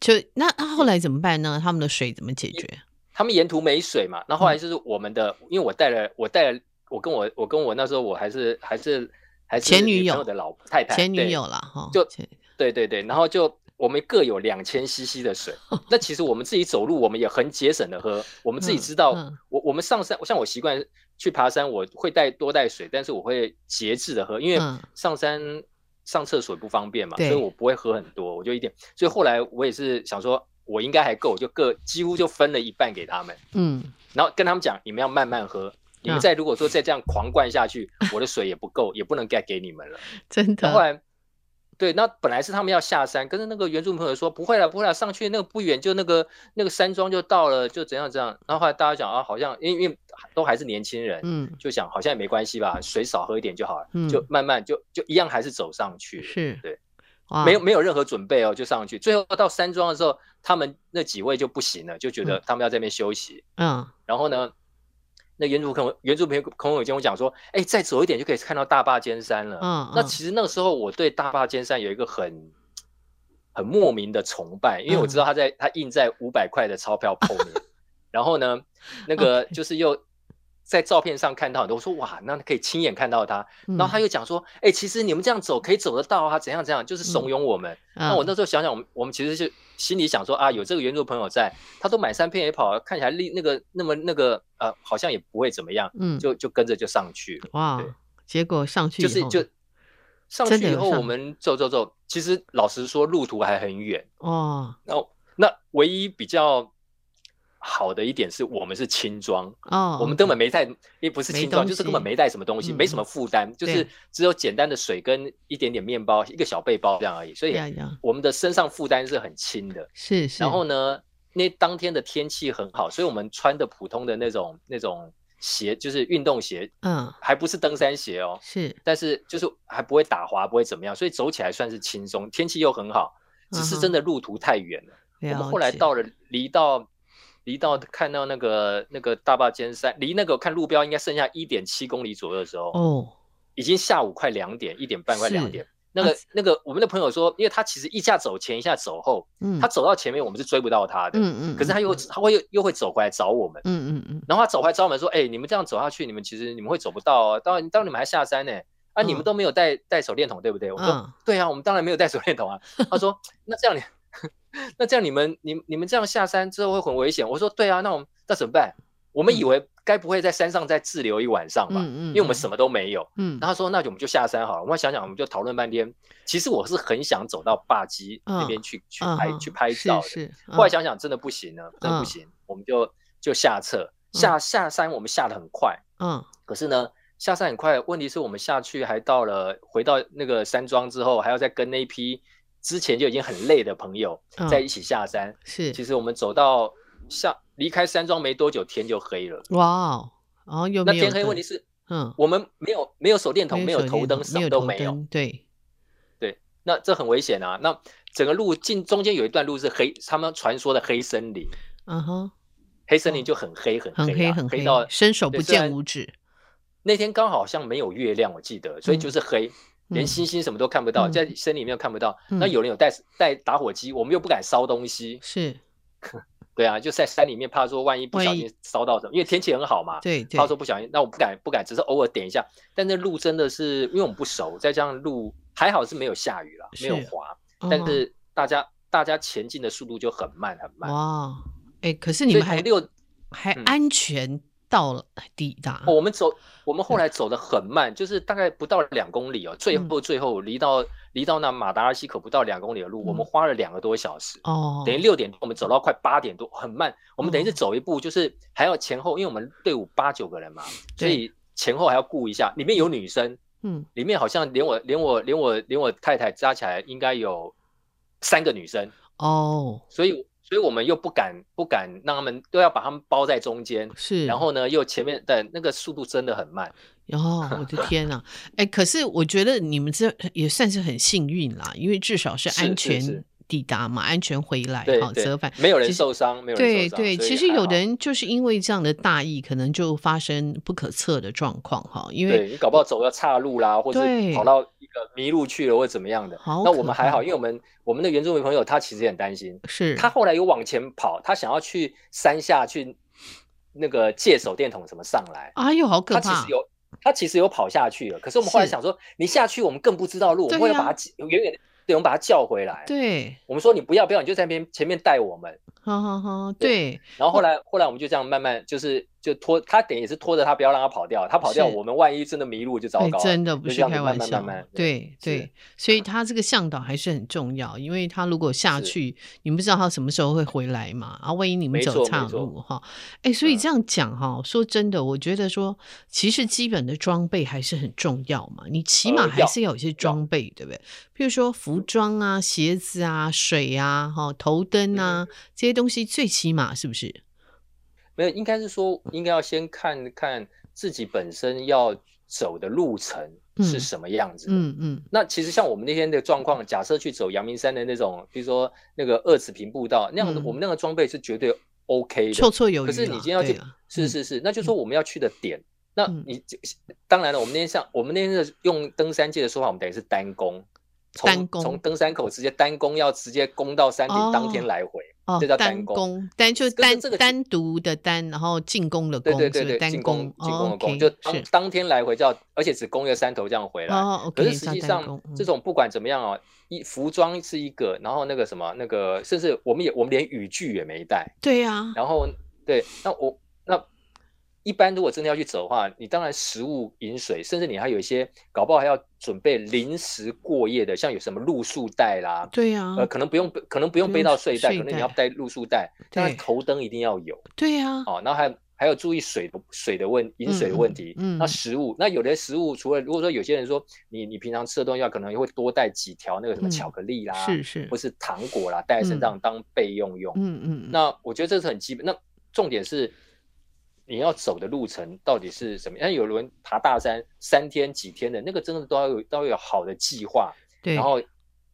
Speaker 1: 就那那后来怎么办呢？他们的水怎么解决？
Speaker 3: 他们沿途没水嘛，那后来就是我们的，因为我带了我带了我跟我我跟我那时候我还是还是还是
Speaker 1: 前女
Speaker 3: 朋
Speaker 1: 友
Speaker 3: 友的老婆太太
Speaker 1: 前女
Speaker 3: 对
Speaker 1: 友啦，哈，
Speaker 3: 就
Speaker 1: 前
Speaker 3: 对对对，然后就我们各有两千 CC 的水，那其实我们自己走路，我们也很节省的喝。我们自己
Speaker 1: 嗯
Speaker 3: 知道，
Speaker 1: 嗯
Speaker 3: 我我们上山，像我习惯去爬山，我会带多带水，但是我会节制的喝，因为
Speaker 1: 嗯
Speaker 3: 上山上厕所不方便嘛，所以
Speaker 1: 对
Speaker 3: 我不会喝很多，我就一点。所以后来我也是想说，我应该还够，就各几乎就分了一半给他们，
Speaker 1: 嗯，
Speaker 3: 然后跟他们讲，你们要慢慢喝。你们
Speaker 1: 嗯
Speaker 3: 再如果说再这样狂灌下去，我的水也不够，也不能 get 给你们了。
Speaker 1: 真
Speaker 3: 然后后
Speaker 1: 的，
Speaker 3: 来，对，那本来是他们要下山，可是那个原住民朋友说不会了，不会了，上去那个不远就那个那个山庄就到了，就怎样怎样。然后后来大家讲啊，好像因为因为都还是年轻人，
Speaker 1: 嗯，
Speaker 3: 就想好像也没关系吧，水少喝一点就好了，
Speaker 1: 嗯
Speaker 3: 就慢慢就就一样还是走上去，
Speaker 1: 是，啊
Speaker 3: 对，
Speaker 1: 哇，嗯
Speaker 3: 没有没有任何准备哦，就上去。最后到山庄的时候，他们那几位就不行了，就觉得
Speaker 1: 嗯
Speaker 3: 他们要在那边休息。
Speaker 1: 嗯，
Speaker 3: 然后呢，那原主朋原主朋朋友跟我讲说，哎，再走一点就可以看到大坝尖山了。
Speaker 1: 嗯
Speaker 3: 那
Speaker 1: 嗯
Speaker 3: 其实那个时候我对大坝尖山有一个很很莫名的崇拜，因为我
Speaker 1: 嗯
Speaker 3: 知道它在、它印在五百块的钞票后面。然后呢，那个就是又在照片上看到很多，我说哇，那可以亲眼看到它。
Speaker 1: 嗯，
Speaker 3: 然后他又讲说，哎，其实你们这样走可以走得到啊，怎样怎样，就是怂恿我们。那我
Speaker 1: 嗯
Speaker 3: 那时候想想，我们我们其实是心里想说啊，有这个原住朋友在，他都满山遍野跑，看起来力那个那么那个呃，好像也不会怎么样，
Speaker 1: 嗯，
Speaker 3: 就就跟着就上去了，
Speaker 1: 哇
Speaker 3: 对，
Speaker 1: 结果上去
Speaker 3: 就
Speaker 1: 以
Speaker 3: 是
Speaker 1: 后
Speaker 3: 就上
Speaker 1: 真
Speaker 3: 去
Speaker 1: 的
Speaker 3: 以
Speaker 1: 有
Speaker 3: 后，
Speaker 1: 上
Speaker 3: 我们走走走，其实老实说路途还很远。
Speaker 1: 哦
Speaker 3: 那那唯一比较好的一点是我们是轻装，
Speaker 1: 哦，
Speaker 3: 我们根本没带，也不是
Speaker 1: 没
Speaker 3: 轻装，
Speaker 1: 东
Speaker 3: 就是根
Speaker 1: 西
Speaker 3: 本没带什么东西，
Speaker 1: 嗯
Speaker 3: 没什么负担，就是
Speaker 1: 对
Speaker 3: 只有简单的水跟一点点面包，一个小背包这样而已，所以
Speaker 1: 呀呀，
Speaker 3: 我们的身上负担是很轻的。
Speaker 1: 是啊是，
Speaker 3: 然后呢，那当天的天气很好，所以我们穿的普通的那种那种鞋，就是运动鞋，
Speaker 1: 嗯
Speaker 3: 还不是登山鞋哦，
Speaker 1: 是，
Speaker 3: 但是就是还不会打滑，不会怎么样，所以走起来算是轻松，天气又很好，只
Speaker 1: 嗯
Speaker 3: 是
Speaker 1: 哼
Speaker 3: 真的路途太远了。
Speaker 1: 我
Speaker 3: 我们后来到了离到。离到看到那个那个大坝尖山，离那个看路标应该剩下一点七公里左右的时候，
Speaker 1: 哦，
Speaker 3: 已经下午快两点，一点半快两
Speaker 1: 是
Speaker 3: 点。那
Speaker 1: 啊
Speaker 3: 个那个我们的朋友说，因为他其实一下走前一下走后，
Speaker 1: 嗯，
Speaker 3: 他走到前面我们是追不到他的，
Speaker 1: 嗯嗯，
Speaker 3: 可是他
Speaker 1: 嗯
Speaker 3: 又他会又又会走回来找我们，
Speaker 1: 嗯嗯嗯
Speaker 3: 然后他走回来找我们说，哎、你们这样走下去，你们其实你们会走不到哦，当然当然你们还下山呢、啊，你们
Speaker 1: 嗯
Speaker 3: 都没有带带手电筒，对不对？我说、
Speaker 1: 嗯
Speaker 3: 对啊，我们当然没有带手电 筒啊。他说那这样你， 那这样你们你你们这样下山之后会很危险。我说对啊，那我们那怎么办？我们以为该不会在山上再滞留一晚上吧？
Speaker 1: 嗯嗯嗯
Speaker 3: 因为我们
Speaker 1: 嗯
Speaker 3: 什么都没有。
Speaker 1: 嗯，
Speaker 3: 然后他说：“那就我们就下山好了。”我们想想，我们就讨论半天。其实我是很想走到坝基那
Speaker 1: 嗯
Speaker 3: 边去、去
Speaker 1: 嗯
Speaker 3: 拍、
Speaker 1: 哼
Speaker 3: 去拍照的。
Speaker 1: 是是，
Speaker 3: 后来
Speaker 1: 嗯
Speaker 3: 想想真的不行呢，真
Speaker 1: 嗯
Speaker 3: 的不行，我们就就下撤下下山，我们下的很快，
Speaker 1: 嗯
Speaker 3: 可是呢下山很快，问题是我们下去还到了回到那个山庄之后，还要再跟那一批之前就已经很累的朋友
Speaker 1: 嗯
Speaker 3: 在一起下山。
Speaker 1: 是，
Speaker 3: 其实我们走到下离开山庄没多久，天就黑了。
Speaker 1: 哇哦，然后又
Speaker 3: 那
Speaker 1: 没有
Speaker 3: 天黑，问题
Speaker 1: 灯
Speaker 3: 是
Speaker 1: 嗯，
Speaker 3: 我们没有没有手电筒，没
Speaker 1: 有
Speaker 3: 有
Speaker 1: 手
Speaker 3: 头
Speaker 1: 电
Speaker 3: 灯，
Speaker 1: 筒
Speaker 3: 什
Speaker 1: 没
Speaker 3: 么
Speaker 1: 有
Speaker 3: 都
Speaker 1: 头
Speaker 3: 没有。
Speaker 1: 灯，对，
Speaker 3: 那这很危险啊！那整个路进中间有一段路是黑，他们传说的黑森林，
Speaker 1: 嗯哼，
Speaker 3: 黑森
Speaker 1: 哦
Speaker 3: 林就很黑很
Speaker 1: 很
Speaker 3: 黑、啊，
Speaker 1: 很
Speaker 3: 黑
Speaker 1: 黑
Speaker 3: 到，
Speaker 1: 伸手
Speaker 3: 对
Speaker 1: 不
Speaker 3: 虽
Speaker 1: 见
Speaker 3: 然
Speaker 1: 五指，
Speaker 3: 那天刚好好像没有月亮，我记得，所以就是黑，连
Speaker 1: 嗯
Speaker 3: 星星什么都看不到，
Speaker 1: 嗯
Speaker 3: 在森林里面看不到。
Speaker 1: 嗯
Speaker 3: 那有人有带带打火机，我们又不敢烧东西，
Speaker 1: 是
Speaker 3: 对啊，就在山里面怕说万一不小
Speaker 1: 万一
Speaker 3: 心烧到什么，因为天气很好嘛，
Speaker 1: 对对
Speaker 3: 怕，说不小心，那我不敢不敢，只是偶尔点一下。但那路真的是因为我们不熟，再加上路还好是没有下雨啦，没有
Speaker 1: 是
Speaker 3: 滑，
Speaker 1: 嗯
Speaker 3: 但
Speaker 1: 哼
Speaker 3: 是大家大家前进的速度就很慢很慢。
Speaker 1: 哦哇，哎，可是你
Speaker 3: 所以
Speaker 1: 们还
Speaker 3: 从六
Speaker 1: 还
Speaker 3: 嗯
Speaker 1: 安全到了抵达，
Speaker 3: 哦我们走，我们后来走得很慢，就是大概不到两公里哦。最
Speaker 1: 嗯
Speaker 3: 后最后离到离到那马达拉西可不到两公里的路，我们
Speaker 1: 嗯
Speaker 3: 花了两个多小时，
Speaker 1: 哦，
Speaker 3: 等于六点多我们走到快八点多，很慢。我们等于
Speaker 1: 嗯
Speaker 3: 是走一步，就是还要前后，因为我们队伍八九个人嘛，所
Speaker 1: 对
Speaker 3: 以前后还要顾一下。里面有女生，
Speaker 1: 嗯，
Speaker 3: 里面好像连我连我连我连我太太加起来应该有三个女生，
Speaker 1: 哦，
Speaker 3: 所以所以我们又不敢不敢让他们都要把他们包在中间。
Speaker 1: 是，
Speaker 3: 然后呢，又前面的那个速度真的很慢，
Speaker 1: 哦，我的天呐、哎，可是我觉得你们这也算是很幸运啦，因为至少是
Speaker 3: 是
Speaker 1: 安
Speaker 3: 是是
Speaker 1: 全抵达嘛，安全回来
Speaker 3: 对
Speaker 1: 哈，
Speaker 3: 对
Speaker 1: 折返。
Speaker 3: 没有人
Speaker 1: 其实
Speaker 3: 受伤，没有人
Speaker 1: 对
Speaker 3: 受伤。
Speaker 1: 对，
Speaker 3: 所以
Speaker 1: 其实
Speaker 3: 还
Speaker 1: 有
Speaker 3: 好
Speaker 1: 的人就是因为这样的大意，可能就发生不可测的状况哈，因
Speaker 3: 对
Speaker 1: 为
Speaker 3: 你搞不好走到岔路啦，或是
Speaker 1: 对
Speaker 3: 跑到一个迷路去了，或怎么样的。
Speaker 1: 好
Speaker 3: 那
Speaker 1: 可
Speaker 3: 我们还
Speaker 1: 怕
Speaker 3: 好，因为我们我们的原住民朋友他其实也很担心，
Speaker 1: 是
Speaker 3: 他后来有往前跑，他想要去山下去那个借手电筒什么上来，
Speaker 1: 哎呦，好可
Speaker 3: 他其
Speaker 1: 怕
Speaker 3: 实，有他其实有跑下去了，可是我们后来
Speaker 1: 是
Speaker 3: 想说，你下去我们更不知道路，我们
Speaker 1: 对
Speaker 3: 会
Speaker 1: 呀
Speaker 3: 把他挤远远的，对，我们把他叫回来。
Speaker 1: 对，
Speaker 3: 我们说你不要不要，你就在那边前面带我们。
Speaker 1: 哈哈哈，对，
Speaker 3: 然后后来后来我们就这样慢慢就是就拖他，等于也是拖着他不要让他跑掉，他跑掉
Speaker 1: 是
Speaker 3: 我们万一真的迷路就糟
Speaker 1: 哎
Speaker 3: 糕了。
Speaker 1: 真的不
Speaker 3: 就是这样
Speaker 1: 开
Speaker 3: 子慢
Speaker 1: 玩
Speaker 3: 慢
Speaker 1: 笑，
Speaker 3: 慢慢
Speaker 1: 对
Speaker 3: 是嗯
Speaker 1: 对，所以他这个向导还是很重要，因为他如果下
Speaker 3: 是
Speaker 1: 去，你们不知道他什么时候会回来嘛，啊，万一你们
Speaker 3: 没
Speaker 1: 走
Speaker 3: 错
Speaker 1: 岔
Speaker 3: 没错
Speaker 1: 路哈，哎，所以
Speaker 3: 嗯
Speaker 1: 这样讲哈，说真的，我觉得说，其实基本的装备还是很重要嘛，你起
Speaker 3: 呃
Speaker 1: 码还
Speaker 3: 要嗯
Speaker 1: 是要有一些装备，对不对？譬如说服装啊、鞋子啊、水啊、哈、头
Speaker 3: 嗯
Speaker 1: 灯啊、这些东西，最起码是不是？
Speaker 3: 没有，应该是说应该要先看看自己本身要走的路程
Speaker 1: 嗯
Speaker 3: 是什么样子的。
Speaker 1: 嗯嗯，
Speaker 3: 那其实像我们那天的状况，假设去走阳明山的那种，比如说那个二尺平步道那样的，
Speaker 1: 嗯
Speaker 3: 我们那个装备是绝对 OK 的。
Speaker 1: 绰绰有余
Speaker 3: 可是你
Speaker 1: 啦
Speaker 3: 今天要
Speaker 1: 对
Speaker 3: 去
Speaker 1: 啦，
Speaker 3: 是
Speaker 1: 嗯
Speaker 3: 是是，那就说我们要去的点。那
Speaker 1: 嗯
Speaker 3: 你当然了，我们那天像我们那天的用登山界的说法，我们等于是单攻，从
Speaker 1: 单攻
Speaker 3: 从登山口直接单攻，要直接攻到山顶，当天
Speaker 1: 哦
Speaker 3: 来回。
Speaker 1: 哦，
Speaker 3: 这叫单
Speaker 1: 单
Speaker 3: 攻
Speaker 1: 攻，单就是
Speaker 3: 可是
Speaker 1: 单
Speaker 3: 这个其
Speaker 1: 单独的单，然后进攻的
Speaker 3: 对
Speaker 1: 攻，
Speaker 3: 对
Speaker 1: 是
Speaker 3: 对
Speaker 1: 不是
Speaker 3: 对，
Speaker 1: 单
Speaker 3: 进攻进攻的
Speaker 1: 攻
Speaker 3: 攻，
Speaker 1: 哦
Speaker 3: 就
Speaker 1: OK，
Speaker 3: 当
Speaker 1: 是
Speaker 3: 当天来回叫，而且只攻一个山头这样回来。
Speaker 1: 哦
Speaker 3: 可
Speaker 1: ，OK，
Speaker 3: 是实
Speaker 1: 叫
Speaker 3: 际
Speaker 1: 单
Speaker 3: 上
Speaker 1: 攻，
Speaker 3: 这
Speaker 1: 嗯
Speaker 3: 种不管怎么样啊，一服装是一个，然后那个什么那个，甚至我们也我们连雨具也没带，
Speaker 1: 对 呀，
Speaker 3: 然后对，那我那一般如果真的要去走的话，你当然食物、饮水，甚至你还有一些搞不好还要准备临时过夜的，像有什么露宿袋啦，
Speaker 1: 对呀，
Speaker 3: 呃，可能不用可能
Speaker 1: 哦
Speaker 3: 不
Speaker 1: 不
Speaker 3: 用背
Speaker 1: 用
Speaker 3: 到
Speaker 1: 睡
Speaker 3: 睡袋，
Speaker 1: 睡
Speaker 3: 可能你要
Speaker 1: 袋
Speaker 3: 带露宿袋，当然
Speaker 1: 对
Speaker 3: 头灯一定要有。
Speaker 1: 对呀，
Speaker 3: 哦，然后还还有注意水的水的问饮水的问题，
Speaker 1: 嗯嗯嗯
Speaker 3: 那食物，那有的食物除了如果说有些人说你你平常吃的东西要可能会多带几条那个什么
Speaker 1: 嗯
Speaker 3: 巧克力啦，
Speaker 1: 是嗯是
Speaker 3: 或，是糖果啦，带在身上当备用用。
Speaker 1: 嗯嗯，嗯
Speaker 3: 那我觉得这是很基本。那重点是你要走的路程到底是什么？像有人爬大山三天几天的那个，真的都要有都要有好的计划，
Speaker 1: 对，
Speaker 3: 然后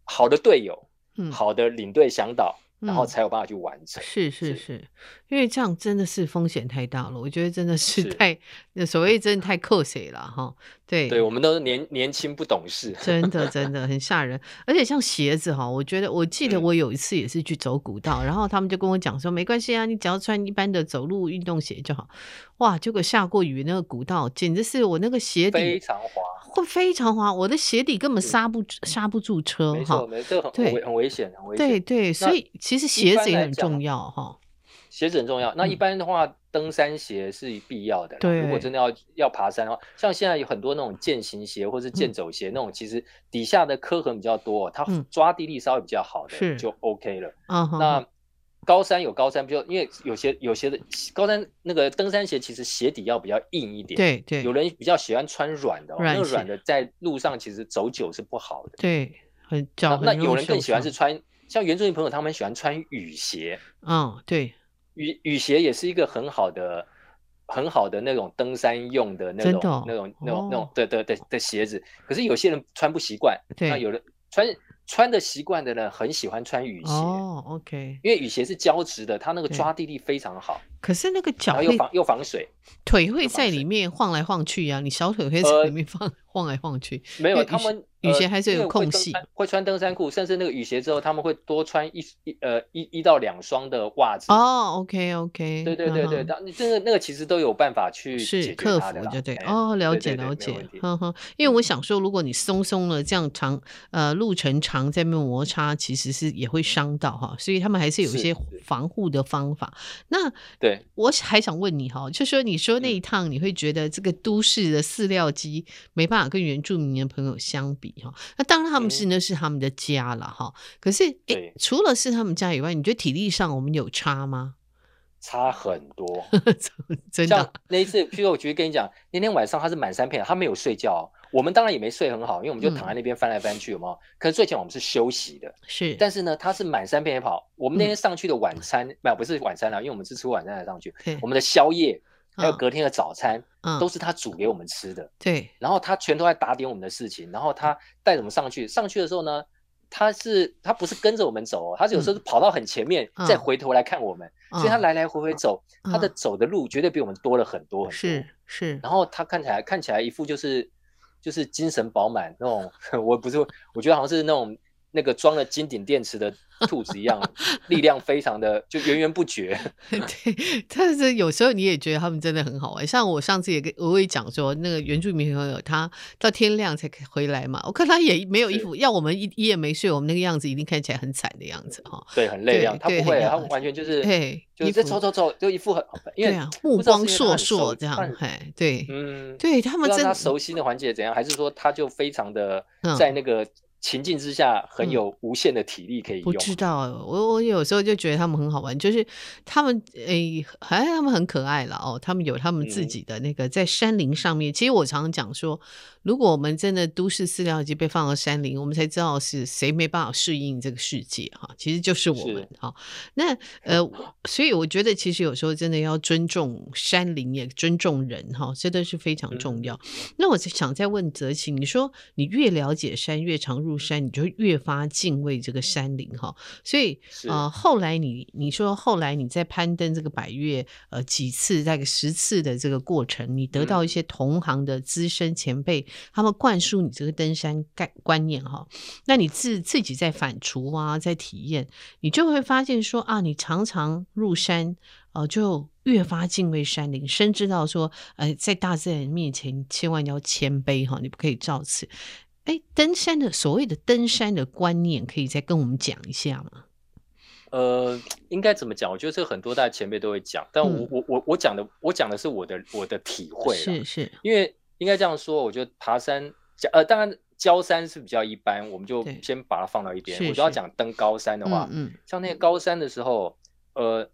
Speaker 3: 好的队友、
Speaker 1: 嗯
Speaker 3: 好的领队向导，然后
Speaker 1: 嗯
Speaker 3: 才有办法去完成。
Speaker 1: 是是
Speaker 3: 是
Speaker 1: 是，因为这样真的是风险太大了，我觉得真的是
Speaker 3: 是
Speaker 1: 太，那所谓真的 太扣谁了哈，对
Speaker 3: 对，我们都是年年轻不懂事。
Speaker 1: 真的真的很吓人。而且像鞋子哈，我觉得我记得
Speaker 3: 嗯
Speaker 1: 我有一次也是去走古道，然后他们就跟我讲说，没关系啊，你只要穿一般的走路运动鞋就好。哇，结果下过雨，那个古道简直是我那个鞋
Speaker 3: 非
Speaker 1: 底
Speaker 3: 常滑，
Speaker 1: 会非常滑，我的鞋底根本刹不住刹不住车
Speaker 3: 没错，
Speaker 1: 哈。
Speaker 3: 没错，这
Speaker 1: 对
Speaker 3: 很危很危险，很危险。
Speaker 1: 对，对，所以其实鞋子
Speaker 3: 般
Speaker 1: 也
Speaker 3: 来
Speaker 1: 很
Speaker 3: 讲
Speaker 1: 重要哈。
Speaker 3: 鞋子很重要。那一
Speaker 1: 嗯
Speaker 3: 般的话，登山鞋是必要的啦。
Speaker 1: 对
Speaker 3: 如果真的要要爬山的话，像现在有很多那种健行鞋或是健走鞋那种，其实底下的磕痕比较多，哦它
Speaker 1: 嗯
Speaker 3: 抓地力稍微比较好
Speaker 1: 是
Speaker 3: 的就 OK 了。
Speaker 1: 嗯哼哼，
Speaker 3: 那高山有高山，比如因为有些有些的高山那个登山鞋，其实鞋底要比较硬一点。。
Speaker 1: 对对
Speaker 3: 有人比较喜欢穿软的、哦，
Speaker 1: 软
Speaker 3: 那个
Speaker 1: 鞋
Speaker 3: 软的在路上其实走久是不好的。
Speaker 1: 对，很脚
Speaker 3: 那那
Speaker 1: 很容
Speaker 3: 有
Speaker 1: 易
Speaker 3: 人更
Speaker 1: 受
Speaker 3: 喜欢是
Speaker 1: 伤
Speaker 3: 穿，像原住民朋友他们喜欢穿雨鞋，
Speaker 1: 嗯对，
Speaker 3: 雨雨鞋也是一个很好的、很好的那种登山用的那
Speaker 1: 真
Speaker 3: 种、
Speaker 1: 的哦
Speaker 3: 那种、那种、那
Speaker 1: 哦
Speaker 3: 种对对对的鞋子。可是有些人穿不习惯，那
Speaker 1: 对
Speaker 3: 有人穿穿的习惯的人很喜欢穿雨鞋，
Speaker 1: 哦 OK，
Speaker 3: 因为雨鞋是胶质的，它那个
Speaker 1: 对
Speaker 3: 抓地力非常好，
Speaker 1: 可是那个脚
Speaker 3: 然后又
Speaker 1: 会
Speaker 3: 防又防水。
Speaker 1: 腿会
Speaker 3: 就防
Speaker 1: 在里
Speaker 3: 水
Speaker 1: 面晃来晃去呀、啊你小腿会在
Speaker 3: 呃
Speaker 1: 里面放、 晃来晃去。
Speaker 3: 没
Speaker 1: 因为
Speaker 3: 有，
Speaker 1: 雨
Speaker 3: 他
Speaker 1: 鞋
Speaker 3: 们呃
Speaker 1: 雨鞋还是
Speaker 3: 因
Speaker 1: 有
Speaker 3: 为会
Speaker 1: 空
Speaker 3: 登
Speaker 1: 隙
Speaker 3: 山会穿登山裤，甚至那个雨鞋之后，他们会多穿一一呃一一到两双的袜子。
Speaker 1: 哦，OK OK，
Speaker 3: 对对对对，当你这个那个其实都有办法去
Speaker 1: 是
Speaker 3: 解决
Speaker 1: 克
Speaker 3: 它的
Speaker 1: 服
Speaker 3: 啦
Speaker 1: 就对
Speaker 3: 哎
Speaker 1: 哦，了
Speaker 3: 对
Speaker 1: 解
Speaker 3: 对对
Speaker 1: 了
Speaker 3: 没
Speaker 1: 解
Speaker 3: 问题，
Speaker 1: 呵呵。因为我
Speaker 3: 嗯
Speaker 1: 想说，如果你松松了，这样长呃路程长，在那边摩擦，其实是也会伤到哈，所以他们还是有一
Speaker 3: 是
Speaker 1: 些
Speaker 3: 是
Speaker 1: 防护的方法。那
Speaker 3: 对，
Speaker 1: 我还想问你哈，就说你说
Speaker 3: 嗯
Speaker 1: 那一趟，你会觉得这个都市的饲料鸡没办法跟原住民的朋友相比哈？那当然他们是
Speaker 3: 嗯
Speaker 1: 那是他们的家了哈，可是诶
Speaker 3: 对，
Speaker 1: 除了是他们家以外，你觉得体力上我们有差吗？
Speaker 3: 差很多。
Speaker 1: 真的
Speaker 3: 像那一次，譬如我举例跟你讲，那天晚上他是满山遍野，他没有睡觉哦、我们当然也没睡很好，因为我们就
Speaker 1: 嗯
Speaker 3: 躺在那边翻来翻去，有没有？可是最起码我们是休息的。
Speaker 1: 是，
Speaker 3: 但是呢，他是满山遍野跑。我们那
Speaker 1: 嗯
Speaker 3: 天上去的晚餐，不、不是晚餐啦，因为我们是吃晚餐才上去。
Speaker 1: 对
Speaker 3: 我们的宵夜还有
Speaker 1: 嗯
Speaker 3: 隔天的早餐，
Speaker 1: 嗯
Speaker 3: 都是他煮给我们吃的。
Speaker 1: 对
Speaker 3: 然后他全都在打点我们的事情，然后他带着我们上去。上去的时候呢，他是他不是跟着我们走哦，他是有时候是跑到很前面，
Speaker 1: 嗯
Speaker 3: 再回头来看我们，所以他
Speaker 1: 嗯
Speaker 3: 来来回回走，他的
Speaker 1: 嗯
Speaker 3: 走的路绝对比我们多了很多很多。
Speaker 1: 是，是
Speaker 3: 然后他看起来 看起来一副就是就是精神饱满那种，我不是我觉得好像是那种那个装了金顶电池的兔子一样，力量非常的就源源不绝。
Speaker 1: 对，但是有时候你也觉得他们真的很好玩。像我上次也跟我也讲说，那个原住民朋友他到天亮才回来嘛，我看他也没有衣服，要我们一一夜没睡，我们那个样子一定看起来很惨的样子哈。
Speaker 3: 对，很累啊，
Speaker 1: 对
Speaker 3: 他
Speaker 1: 对
Speaker 3: 不会
Speaker 1: 很
Speaker 3: 啊，他
Speaker 1: 累
Speaker 3: 完全就是
Speaker 1: 嘿
Speaker 3: 就是
Speaker 1: 衣
Speaker 3: 在
Speaker 1: 服
Speaker 3: 走走走，就一副很因
Speaker 1: 对
Speaker 3: 为
Speaker 1: 啊，目
Speaker 3: 不知道
Speaker 1: 光
Speaker 3: 是因为他
Speaker 1: 烁
Speaker 3: 很熟
Speaker 1: 烁这样
Speaker 3: 他很，
Speaker 1: 哎，对，
Speaker 3: 嗯，
Speaker 1: 对他
Speaker 3: 不
Speaker 1: 们
Speaker 3: 知道
Speaker 1: 真
Speaker 3: 他熟悉的环节怎样，还是说他就非常的
Speaker 1: 嗯
Speaker 3: 在那个情境之下很
Speaker 1: 嗯
Speaker 3: 有无限的体力可以
Speaker 1: 不
Speaker 3: 用？
Speaker 1: 知道欸，我我有时候就觉得他们很好玩，就是他们诶，哎，他们很可爱了哦。他们有他们自
Speaker 3: 嗯
Speaker 1: 己的那个在山林上面。其实我常常讲说，如果我们真的都市饲料机被放到山林，我们才知道是谁没办法适应这个世界哈。其实就是我
Speaker 3: 是
Speaker 1: 们哈。那呃，所以我觉得其实有时候真的要尊重山林，也尊重人哈，真的是非常
Speaker 3: 嗯
Speaker 1: 重要。那我在想再问泽奇，你说你越了解山，越常入山，你就越发敬畏这个山林哈。所以
Speaker 3: 是
Speaker 1: 呃，后来你你说后来你在攀登这个百越呃几次，大概十次的这个过程，你得到一
Speaker 3: 嗯
Speaker 1: 些同行的资深前辈，他们灌输你这个登山概观念哈。那你自自己在反刍啊，在体验，你就会发现说啊，你常常入山，呃，就越发敬畏山林，深知道说，呃，在大自然面前千万要谦卑哈，你不可以造次。哎，登山的所谓的登山的观念，可以再跟我们讲一下吗？
Speaker 3: 呃，应该怎么讲？我觉得这个很多大家前辈都会讲，但我、
Speaker 1: 嗯
Speaker 3: 我我我讲的我讲的是我的我的体会啦
Speaker 1: 是是，
Speaker 3: 因为应该这样说，我觉得爬山，呃，当然焦山是比较一般，我们就
Speaker 1: 对
Speaker 3: 先把它放到一边。
Speaker 1: 是
Speaker 3: 我就要
Speaker 1: 是
Speaker 3: 讲登高山的话，
Speaker 1: 嗯嗯，
Speaker 3: 像那个高山的时候，呃，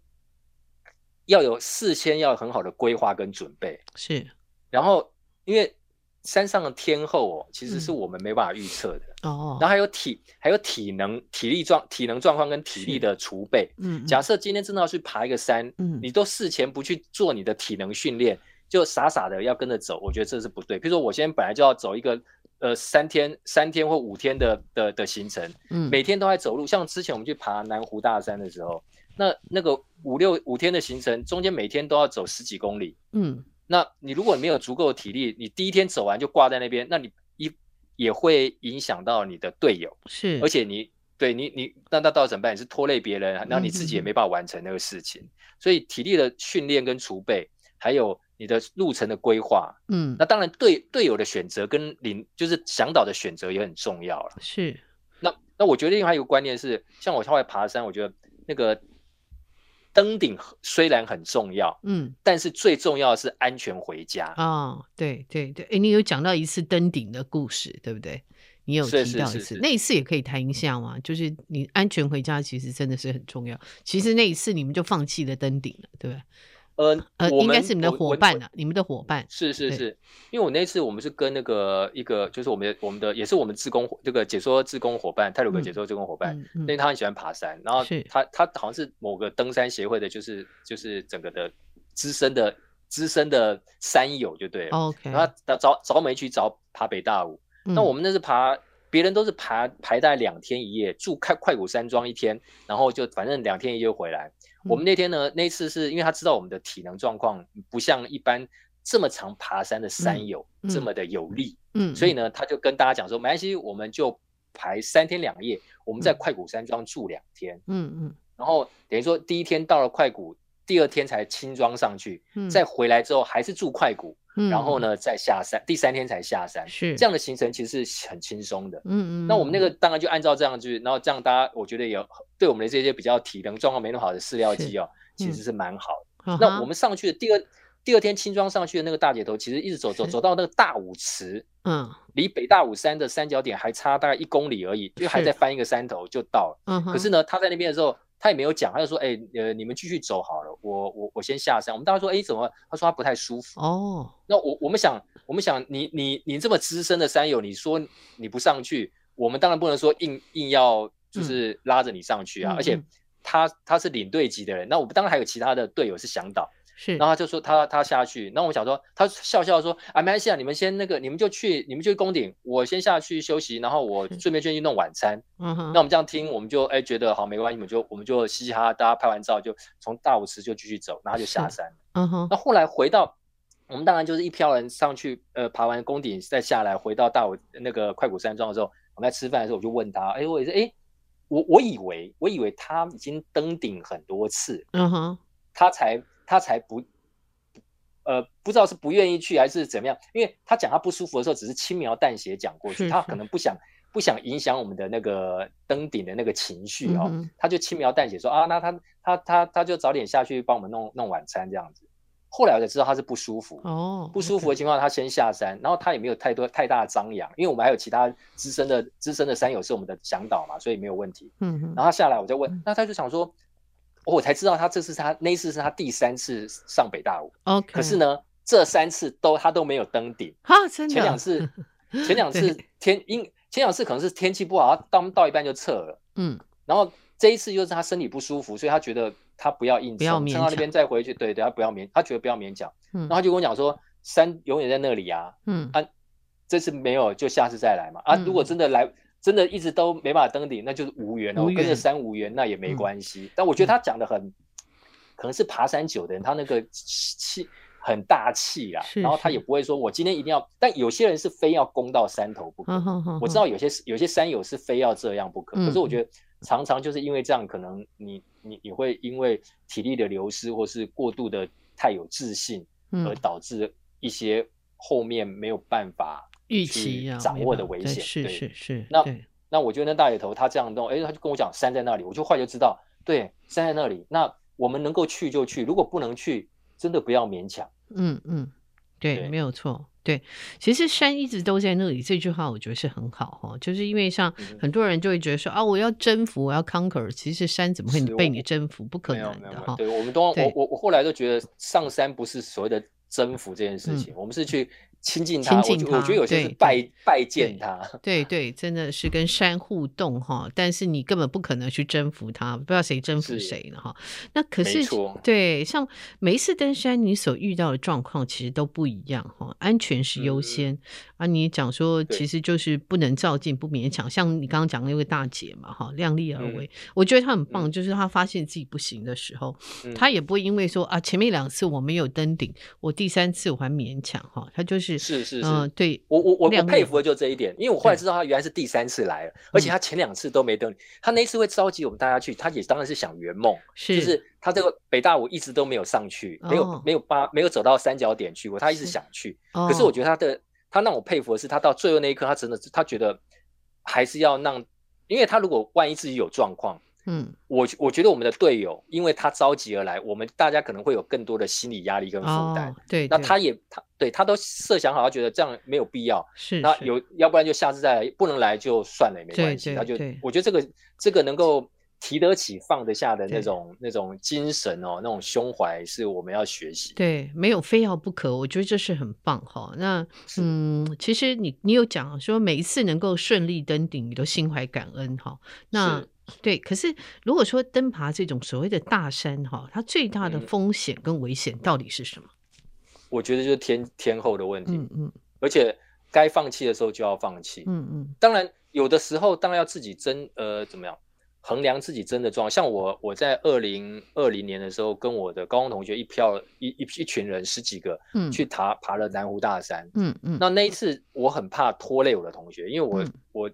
Speaker 3: 要有事先要有很好的规划跟准备，
Speaker 1: 是
Speaker 3: 然后因为山上的天候哦，其实是
Speaker 1: 嗯
Speaker 3: 我们没办法预测的，
Speaker 1: 哦，
Speaker 3: 然后还有体还有体能、体力状、体能状况跟体力
Speaker 1: 是
Speaker 3: 的储备。
Speaker 1: 嗯嗯
Speaker 3: 假设今天真的要去爬一个山，
Speaker 1: 嗯
Speaker 3: 你都事前不去做你的体能训练，就傻傻的要跟着走，我觉得这是不对。比如说，我今天本来就要走一个呃三天、三天或五天的的的行程，
Speaker 1: 嗯
Speaker 3: 每天都在走路。像之前我们去爬南湖大山的时候，那那个五六五天的行程，中间每天都要走十几公里。
Speaker 1: 嗯
Speaker 3: 那你如果没有足够的体力，你第一天走完就挂在那边，那你一也会影响到你的队友。
Speaker 1: 是，
Speaker 3: 而且你对你你那那到底怎么办？你是拖累别人，然后你自己也
Speaker 1: 嗯嗯嗯
Speaker 3: 没办法完成那个事情。所以体力的训练跟储备，还有你的路程的规划，
Speaker 1: 嗯
Speaker 3: 那当然队队友的选择跟领就是向导的选择也很重要了。
Speaker 1: 是
Speaker 3: 那那我觉得另外一个观念是，像我后来爬山，我觉得那个登顶虽然很重要，
Speaker 1: 嗯
Speaker 3: 但是最重要的是安全回家。
Speaker 1: 哦，对对对，哎，你有讲到一次登顶的故事，对不对？你有
Speaker 3: 是
Speaker 1: 提
Speaker 3: 是
Speaker 1: 到
Speaker 3: 是
Speaker 1: 一次，
Speaker 3: 是
Speaker 1: 那一次也可以谈一下嘛，就是你安全回家，其实真的是很重要。其实那一次你们就放弃了登顶了，对吧？
Speaker 3: 呃，
Speaker 1: 呃，
Speaker 3: 我
Speaker 1: 应该
Speaker 3: 们
Speaker 1: 是你们的
Speaker 3: 我我
Speaker 1: 伙伴啊，你们的伙伴，
Speaker 3: 是是
Speaker 1: 对
Speaker 3: 是，因为我那次我们是跟那个一个就是我们的我们的也是我们志工伙这个解说志工伙伴泰鲁格
Speaker 1: 嗯
Speaker 3: 解说志工伙伴，
Speaker 1: 嗯
Speaker 3: 因为
Speaker 1: 嗯，
Speaker 3: 他很喜欢爬山，然后
Speaker 1: 是
Speaker 3: 他他好像是某个登山协会的，就是就是整个的资深的资深的山友就对了。
Speaker 1: 哦，OK，嗯
Speaker 3: 然后他找找我们一起找爬北大武，那我
Speaker 1: 们
Speaker 3: 们那是爬。别人都是爬排大概两天一夜，住快快谷山庄一天，然后就反正两天一夜回来。
Speaker 1: 嗯
Speaker 3: 我们那天呢，那一次是因为他知道我们的体能状况不像一般这么常爬山的山友、
Speaker 1: 嗯
Speaker 3: 这么的有力，
Speaker 1: 嗯，
Speaker 3: 所以
Speaker 1: 嗯
Speaker 3: 呢，他就跟大家讲说，没关系，我们就排三天两夜，我们在快谷山庄住两天，
Speaker 1: 嗯嗯
Speaker 3: 然后等于说第一天到了快谷，第二天才轻装上去，
Speaker 1: 嗯，
Speaker 3: 再回来之后还是住快谷，
Speaker 1: 嗯
Speaker 3: 然后呢再下山，第三天才下山，
Speaker 1: 是
Speaker 3: 这样，的行程其实是很轻松的。
Speaker 1: 嗯嗯嗯，
Speaker 3: 那我们那
Speaker 1: 嗯
Speaker 3: 个当然就按照这样去，然后这样大家我觉得有对我们的这些比较体能状况没那么好的饲料鸡哦，
Speaker 1: 是
Speaker 3: 其
Speaker 1: 嗯
Speaker 3: 实是蛮好的。
Speaker 1: 啊
Speaker 3: 那
Speaker 1: 哈
Speaker 3: 我们上去的第二第二天轻装上去的那个大姐头，其实一直走走
Speaker 1: 是
Speaker 3: 走到那个大武池，
Speaker 1: 嗯
Speaker 3: 离北大武山的山脚点还差大概一公里而已，就还
Speaker 1: 是
Speaker 3: 在翻一个山头就到了。
Speaker 1: 嗯哼，
Speaker 3: 可是呢，她在那边的时候，她也没有讲，她就说：“哎，呃，你们继续走好了，我我我先下山。”我们大家说：“哎，怎么？”她说她不太舒服。
Speaker 1: 哦，
Speaker 3: 那我我们想，我们想你你你这么资深的山友，你说你不上去，我们当然不能说硬硬要就是拉着你上去
Speaker 1: 嗯
Speaker 3: 啊。而且
Speaker 1: 嗯
Speaker 3: 他他是领队级的人，那我们当然还有其他的队友是向导，
Speaker 1: 是，
Speaker 3: 然后他就说他他下去，那我想说他笑笑说啊没关系啊，你们先那个你们就去你们就去宫顶，我先下去休息，然后我
Speaker 1: 是
Speaker 3: 顺便先去弄晚餐。
Speaker 1: 嗯哼，
Speaker 3: 那我们这样听，我们就哎觉得好没关系，我们就我们就嘻嘻哈哈，大家拍完照就从大武池就继续走，然后就下
Speaker 1: 是
Speaker 3: 山。
Speaker 1: 嗯哼，
Speaker 3: 那后来回到我们当然就是一票人上去，呃，爬完宫顶再下来，回到大武那个快谷山庄的时候，我们在吃饭的时候，我就问他，哎，我也是，哎，我我以为我以为他已经登顶很多次，
Speaker 1: 嗯哼，
Speaker 3: 他才他才不，呃，不知道是不愿意去还是怎么样，因为他讲他不舒服的时候，只是轻描淡写讲过去，
Speaker 1: 是
Speaker 3: 他
Speaker 1: 是
Speaker 3: 可能不想不想影响我们的那个登顶的那个情绪哦，
Speaker 1: 嗯哼
Speaker 3: 他就轻描淡写说啊，那他他他他就早点下去帮我们弄弄晚餐这样子。后来我才知道他是不舒服，
Speaker 1: 哦，
Speaker 3: 不舒服的情况，下，他先下山，然后他也没有太多太大的张扬，因为我们还有其他资深的资深的山友是我们的向导嘛，所以没有问题。
Speaker 1: 嗯哼，
Speaker 3: 然后他下来，我就问
Speaker 1: 嗯，
Speaker 3: 那他就想说，哦我才知道他这次是他那一次是他第三次上北大武，
Speaker 1: OK，
Speaker 3: 可是呢，这三次都他都没有登顶，
Speaker 1: 哈，嗯真的，啊
Speaker 3: 前 两次前两次
Speaker 1: 对
Speaker 3: 天因前两次可能是天气不好，他到到一半就撤了，
Speaker 1: 嗯，
Speaker 3: 然后这一次又是他身体不舒服，所以他觉得他不要硬
Speaker 1: 不要
Speaker 3: 撑，
Speaker 1: 勉
Speaker 3: 撑到那
Speaker 1: 强
Speaker 3: 边再回去，对对，他不要勉，他觉得不要勉强，
Speaker 1: 嗯
Speaker 3: 然后他就跟我讲说，山永远在那里啊，
Speaker 1: 嗯
Speaker 3: 啊，这次没有，就下次再来嘛。啊，
Speaker 1: 嗯
Speaker 3: 如果真的来，真的一直都没办法登顶，那就是无缘哦，
Speaker 1: 无
Speaker 3: 我
Speaker 1: 缘
Speaker 3: 跟着山无缘，那也
Speaker 1: 嗯
Speaker 3: 没关系。但我觉得他讲的很，可能是爬山久的人，他那个气很大气啦，
Speaker 1: 是
Speaker 3: 然后他
Speaker 1: 是
Speaker 3: 也不会说我今天一定要，但有些人是非要攻到山头不可。
Speaker 1: 哼嗯哼哼，
Speaker 3: 我知道有些有些山友是非要这样不可，
Speaker 1: 嗯
Speaker 3: 可是我觉得常常就是因为这样，可能你你你会因为体力的流失，或是过度的太有自信，
Speaker 1: 嗯
Speaker 3: 而导致一些后面没有办法。
Speaker 1: 预
Speaker 3: 去
Speaker 1: 期啊
Speaker 3: 掌
Speaker 1: 没
Speaker 3: 握
Speaker 1: 办
Speaker 3: 的
Speaker 1: 法
Speaker 3: 危
Speaker 1: 对
Speaker 3: 险
Speaker 1: 是
Speaker 3: 对
Speaker 1: 是是，
Speaker 3: 那
Speaker 1: 对
Speaker 3: 那我觉得那大野头他这样弄，哎，他就跟我讲山在那里，我就后来就知道，对，山在那里。那我们能够去就去，如果不能去，真的不要勉强。
Speaker 1: 嗯嗯，对，
Speaker 3: 对
Speaker 1: 没有错。对，其实山一直都在那里，这句话我觉得是很好哈，就是因为像
Speaker 3: 嗯哼
Speaker 1: 很多人就会觉得说啊，我要征服，我要 conquer，其实山怎么会
Speaker 3: 是
Speaker 1: 被
Speaker 3: 我
Speaker 1: 你征服？不可
Speaker 3: 没有
Speaker 1: 能
Speaker 3: 没有
Speaker 1: 的
Speaker 3: 没
Speaker 1: 哈
Speaker 3: 有，。对我们都我
Speaker 1: 对
Speaker 3: 我我后来都觉得上山不是所谓的征服这件事情，我们是去亲近他。
Speaker 1: 嗯亲近
Speaker 3: 我觉我
Speaker 1: 它
Speaker 3: 觉得有些
Speaker 1: 对
Speaker 3: 是
Speaker 1: 对
Speaker 3: 拜拜见他。
Speaker 1: 对对，真的是跟山互动哈，但是你根本不可能去征服它，不知道谁征服
Speaker 3: 是
Speaker 1: 谁了哈。那可
Speaker 3: 没
Speaker 1: 是
Speaker 3: 错
Speaker 1: 对，像每一次登山，你所遇到的状况其实都不一样哈，安全是优
Speaker 3: 嗯
Speaker 1: 先、啊。你讲说
Speaker 3: 对
Speaker 1: 其实就是不能照进，不勉强，像你刚刚讲的那位大姐嘛哈，量力而为。我觉得她很棒，
Speaker 3: 嗯
Speaker 1: 就是她发现自己不行的时候，
Speaker 3: 嗯
Speaker 1: 她也不会因为说啊前面两次我没有登顶，我第三次我还勉强哈，她就是
Speaker 3: 是是
Speaker 1: 嗯、
Speaker 3: 是
Speaker 1: 对。
Speaker 3: 我我我我
Speaker 1: 量力
Speaker 3: 佩
Speaker 1: 而
Speaker 3: 服的就这一点，因为我后来知道他原来是第三次来了，而
Speaker 1: 嗯
Speaker 3: 且他前两次都没登。他那一次会召集我们大家去，他也当然是想圆梦，
Speaker 1: 是
Speaker 3: 就是他这个北大五一直都没有上去，没
Speaker 1: 哦
Speaker 3: 有没有八没有走到三角点去过，他一直
Speaker 1: 是
Speaker 3: 想去。
Speaker 1: 哦
Speaker 3: 可是我觉得他的他让我佩服的是，他到最后那一刻，他真的是他觉得还是要让，因为他如果万一自己有状况，
Speaker 1: 嗯
Speaker 3: 我我觉得我们的队友，因为他召集而来，我们大家可能会有更多的心理压力跟负担。
Speaker 1: 哦、对，
Speaker 3: 那
Speaker 1: 对
Speaker 3: 他也他对他都设想好，他觉得这样没有必要。
Speaker 1: 是
Speaker 3: 那
Speaker 1: 是
Speaker 3: 有，要不然就下次再来，不能来就算了，也没
Speaker 1: 对
Speaker 3: 关系。
Speaker 1: 对
Speaker 3: 他就
Speaker 1: 对
Speaker 3: 我觉得这个这个能够提得起放得下的
Speaker 1: 对
Speaker 3: 那种那种精神哦，那种胸怀是我们要学习。
Speaker 1: 对，没有非要不可，我觉得这是很棒哈。那
Speaker 3: 是
Speaker 1: 嗯，其实你你有讲说每一次能够顺利登顶，你都心怀感恩哈。那
Speaker 3: 是
Speaker 1: 对，可是如果说登爬这种所谓的大山哈，它最大的
Speaker 3: 嗯
Speaker 1: 风险跟危险到底是什么？
Speaker 3: 我觉得就是天天后的问题，
Speaker 1: 嗯嗯
Speaker 3: 而且该放弃的时候就要放弃。
Speaker 1: 嗯嗯
Speaker 3: 当然，有的时候当然要自己真呃怎么样衡量自己真的状况。像我我在二零二零年的时候，跟我的高中同学一票一一一群人十几个
Speaker 1: 嗯，
Speaker 3: 去爬爬了南湖大山。
Speaker 1: 嗯嗯
Speaker 3: 那那一次我很怕拖累我的同学，因为我、
Speaker 1: 嗯
Speaker 3: 我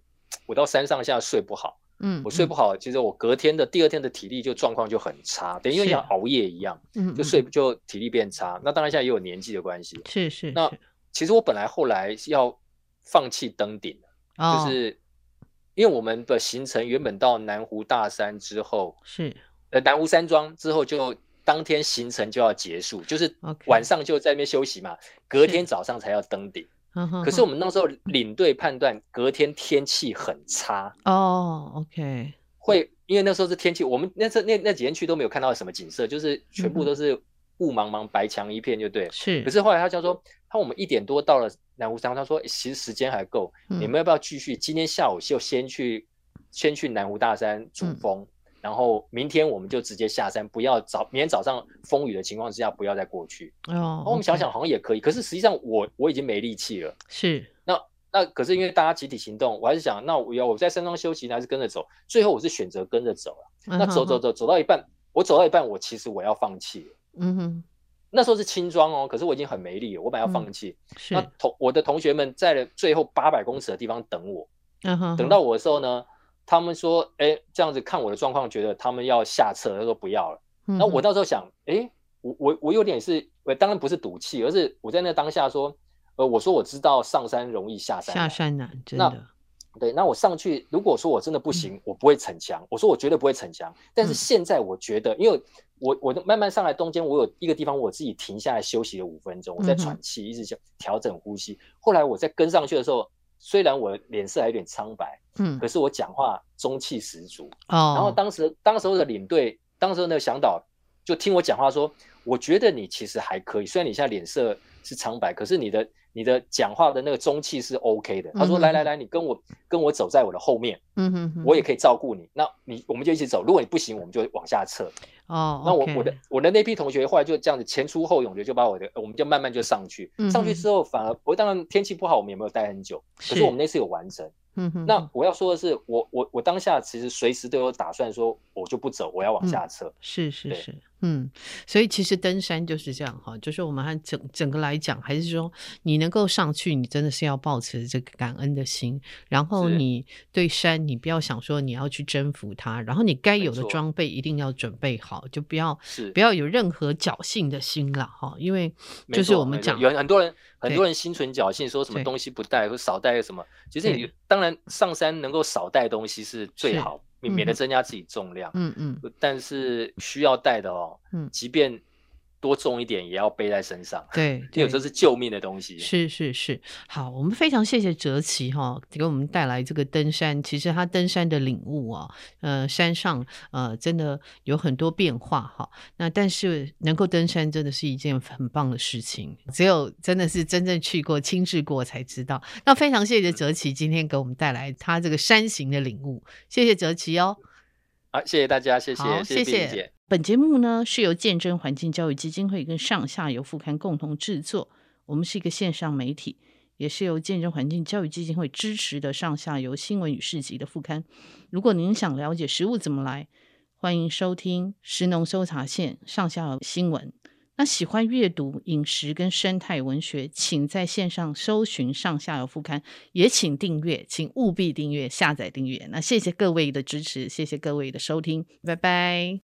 Speaker 3: 我到山上下睡不好，
Speaker 1: 嗯，
Speaker 3: 我睡不好，其实我隔天的第二天的体力就状况就很差，等于就是像熬夜一样，
Speaker 1: 嗯，嗯
Speaker 3: 就睡
Speaker 1: 嗯
Speaker 3: 就体力变差。那当然现在也有年纪的关系。
Speaker 1: 是是
Speaker 3: 那
Speaker 1: 是
Speaker 3: 其实我本来后来是要放弃登顶的，
Speaker 1: 哦
Speaker 3: 就是因为我们的行程原本到南湖大山之后，
Speaker 1: 是
Speaker 3: 呃，南湖山庄之后就当天行程就要结束，就是
Speaker 1: OK
Speaker 3: 晚上就在那边休息嘛，隔
Speaker 1: 是嗯
Speaker 3: 天早上才要登顶。
Speaker 1: 可
Speaker 3: 可是我们那时候领队判断隔天天气很差，
Speaker 1: 哦，OK，
Speaker 3: 会因为那时候是天气，我们那这那那几天去都没有看到什么景色，就是全部都是雾茫茫、白墙一片，就对了。
Speaker 1: 嗯是
Speaker 3: 可是后来他就说，他我们一点多到了南湖山，他说诶其实时间还够，
Speaker 1: 嗯
Speaker 3: 你们要不要继续？今天下午就先去先去南湖大山主
Speaker 1: 嗯
Speaker 3: 峰，然后明天我们就直接下山，不要早明天早上风雨的情况之下不要再过去。
Speaker 1: 嗯哦
Speaker 3: 然后我们想
Speaker 1: OK，
Speaker 3: 想好像也可以，可是实际上我我已经没力气了。
Speaker 1: 是
Speaker 3: 那可是因为大家集体行动，我还是想，那我要我在山庄休息呢，还是跟着走？最后我是选择跟着走了。
Speaker 1: 嗯
Speaker 3: 那走走，走走到一半，我走到一半，我其实我要放弃了。
Speaker 1: 嗯哼
Speaker 3: 那时候是轻装哦，可是我已经很没力了，我本来要放弃。
Speaker 1: 嗯哼，
Speaker 3: 那
Speaker 1: 是
Speaker 3: 同我的同学们在了最后八百公尺的地方等我，
Speaker 1: 嗯哼，
Speaker 3: 等到我的时候呢，他们说，哎，这样子看我的状况，觉得他们要下车，他说不要了。
Speaker 1: 嗯哼，
Speaker 3: 那我到时候想，哎，我我我有点是，我当然不是赌气，而是我在那当下说，呃，我说我知道上山容易下山
Speaker 1: 下
Speaker 3: 难
Speaker 1: 山难，真
Speaker 3: 那
Speaker 1: 的，
Speaker 3: 对，那我上去，如果说我真的不行，我不会逞强，我说我绝对不会逞强。但
Speaker 1: 嗯
Speaker 3: 是现在我觉得，因为我我慢慢上来中间，我有一个地方我自己停下来休息了五分钟，我在
Speaker 1: 嗯哼
Speaker 3: 喘气，一直想调整呼吸。后来我在跟上去的时候，虽然我脸色还有点苍白，
Speaker 1: 嗯
Speaker 3: 可，是我讲话中气十足。
Speaker 1: 哦，
Speaker 3: 然后当时当时候的领队，当时候的向导就听我讲话说，我觉得你其实还可以，虽然你现在脸色是苍白，可是你的你的讲话的那个中气是 OK 的。他说
Speaker 1: 嗯哼
Speaker 3: 来来来，你跟我跟我走在我的后面，
Speaker 1: 嗯哼哼，
Speaker 3: 我也可以照顾你。那你我们就一起走，如果你不行，我们就往下撤。
Speaker 1: 哦，
Speaker 3: 那我
Speaker 1: OK
Speaker 3: 我的我的那批同学后来就这样子前出后涌的就把我的我们就慢慢就上去
Speaker 1: 嗯，
Speaker 3: 上
Speaker 1: 哼
Speaker 3: 去之后反而我当然天气不好，我们也没有待很久，可
Speaker 1: 是
Speaker 3: 是我们那次有完成。
Speaker 1: 嗯哼，
Speaker 3: 那我要说的是，我我我当下其实随时都有打算说，我就不走，我要往
Speaker 1: 嗯
Speaker 3: 下撤。
Speaker 1: 是是
Speaker 3: 对
Speaker 1: 是，嗯，所以其实登山就是这样哈，就是我们还整整个来讲，还是说你能够上去，你真的是要保持这个感恩的心，然后
Speaker 3: 是
Speaker 1: 你对山，你不要想说你要去征服它，然后你该
Speaker 3: 没
Speaker 1: 有的
Speaker 3: 错
Speaker 1: 装备一定要准备好，就不要
Speaker 3: 是
Speaker 1: 不要有任何侥幸的心了哈，因为
Speaker 3: 没
Speaker 1: 就是
Speaker 3: 错
Speaker 1: 我们
Speaker 3: 没错
Speaker 1: 讲
Speaker 3: 有很多人很
Speaker 1: 对
Speaker 3: 多人心存侥幸，说什么
Speaker 1: 对
Speaker 3: 东西不带或少带什么。其实你
Speaker 1: 对
Speaker 3: 当然上山能够少带东西是最
Speaker 1: 是
Speaker 3: 好，
Speaker 1: 嗯
Speaker 3: 免得
Speaker 1: 哼
Speaker 3: 增加自己重量。呃
Speaker 1: 嗯嗯
Speaker 3: 但是需要带的哦，
Speaker 1: 嗯
Speaker 3: 即便多重一点也要背在身上，
Speaker 1: 对，
Speaker 3: 因
Speaker 1: 对
Speaker 3: 为这是救命的东西。
Speaker 1: 是是是，好，我们非常谢谢哲奇哈、给我们带来这个登山，其实他登山的领悟啊，呃，山上呃真的有很多变化哈、那但是能够登山真的是一件很棒的事情，只有真的是真正去过、亲自过才知道。那非常谢谢哲奇今天给我们带来他这个山行的领悟，谢谢哲奇哦。
Speaker 3: 啊，谢谢大家，谢
Speaker 1: 好
Speaker 3: 谢，
Speaker 1: 谢
Speaker 3: 谢碧玲
Speaker 1: 谢
Speaker 3: 姐。
Speaker 1: 本节目呢是由见证环境教育基金会跟上下游副刊共同制作，我们是一个线上媒体，也是由见证环境教育基金会支持的上下游新闻与市集的副刊。如果您想了解食物怎么来，欢迎收听食农搜查线上下游新闻。那喜欢阅读饮食跟生态文学，请在线上搜寻上下游副刊，也请订阅，请务必订阅、下载订阅。那谢谢各位的支持，谢谢各位的收听，拜拜。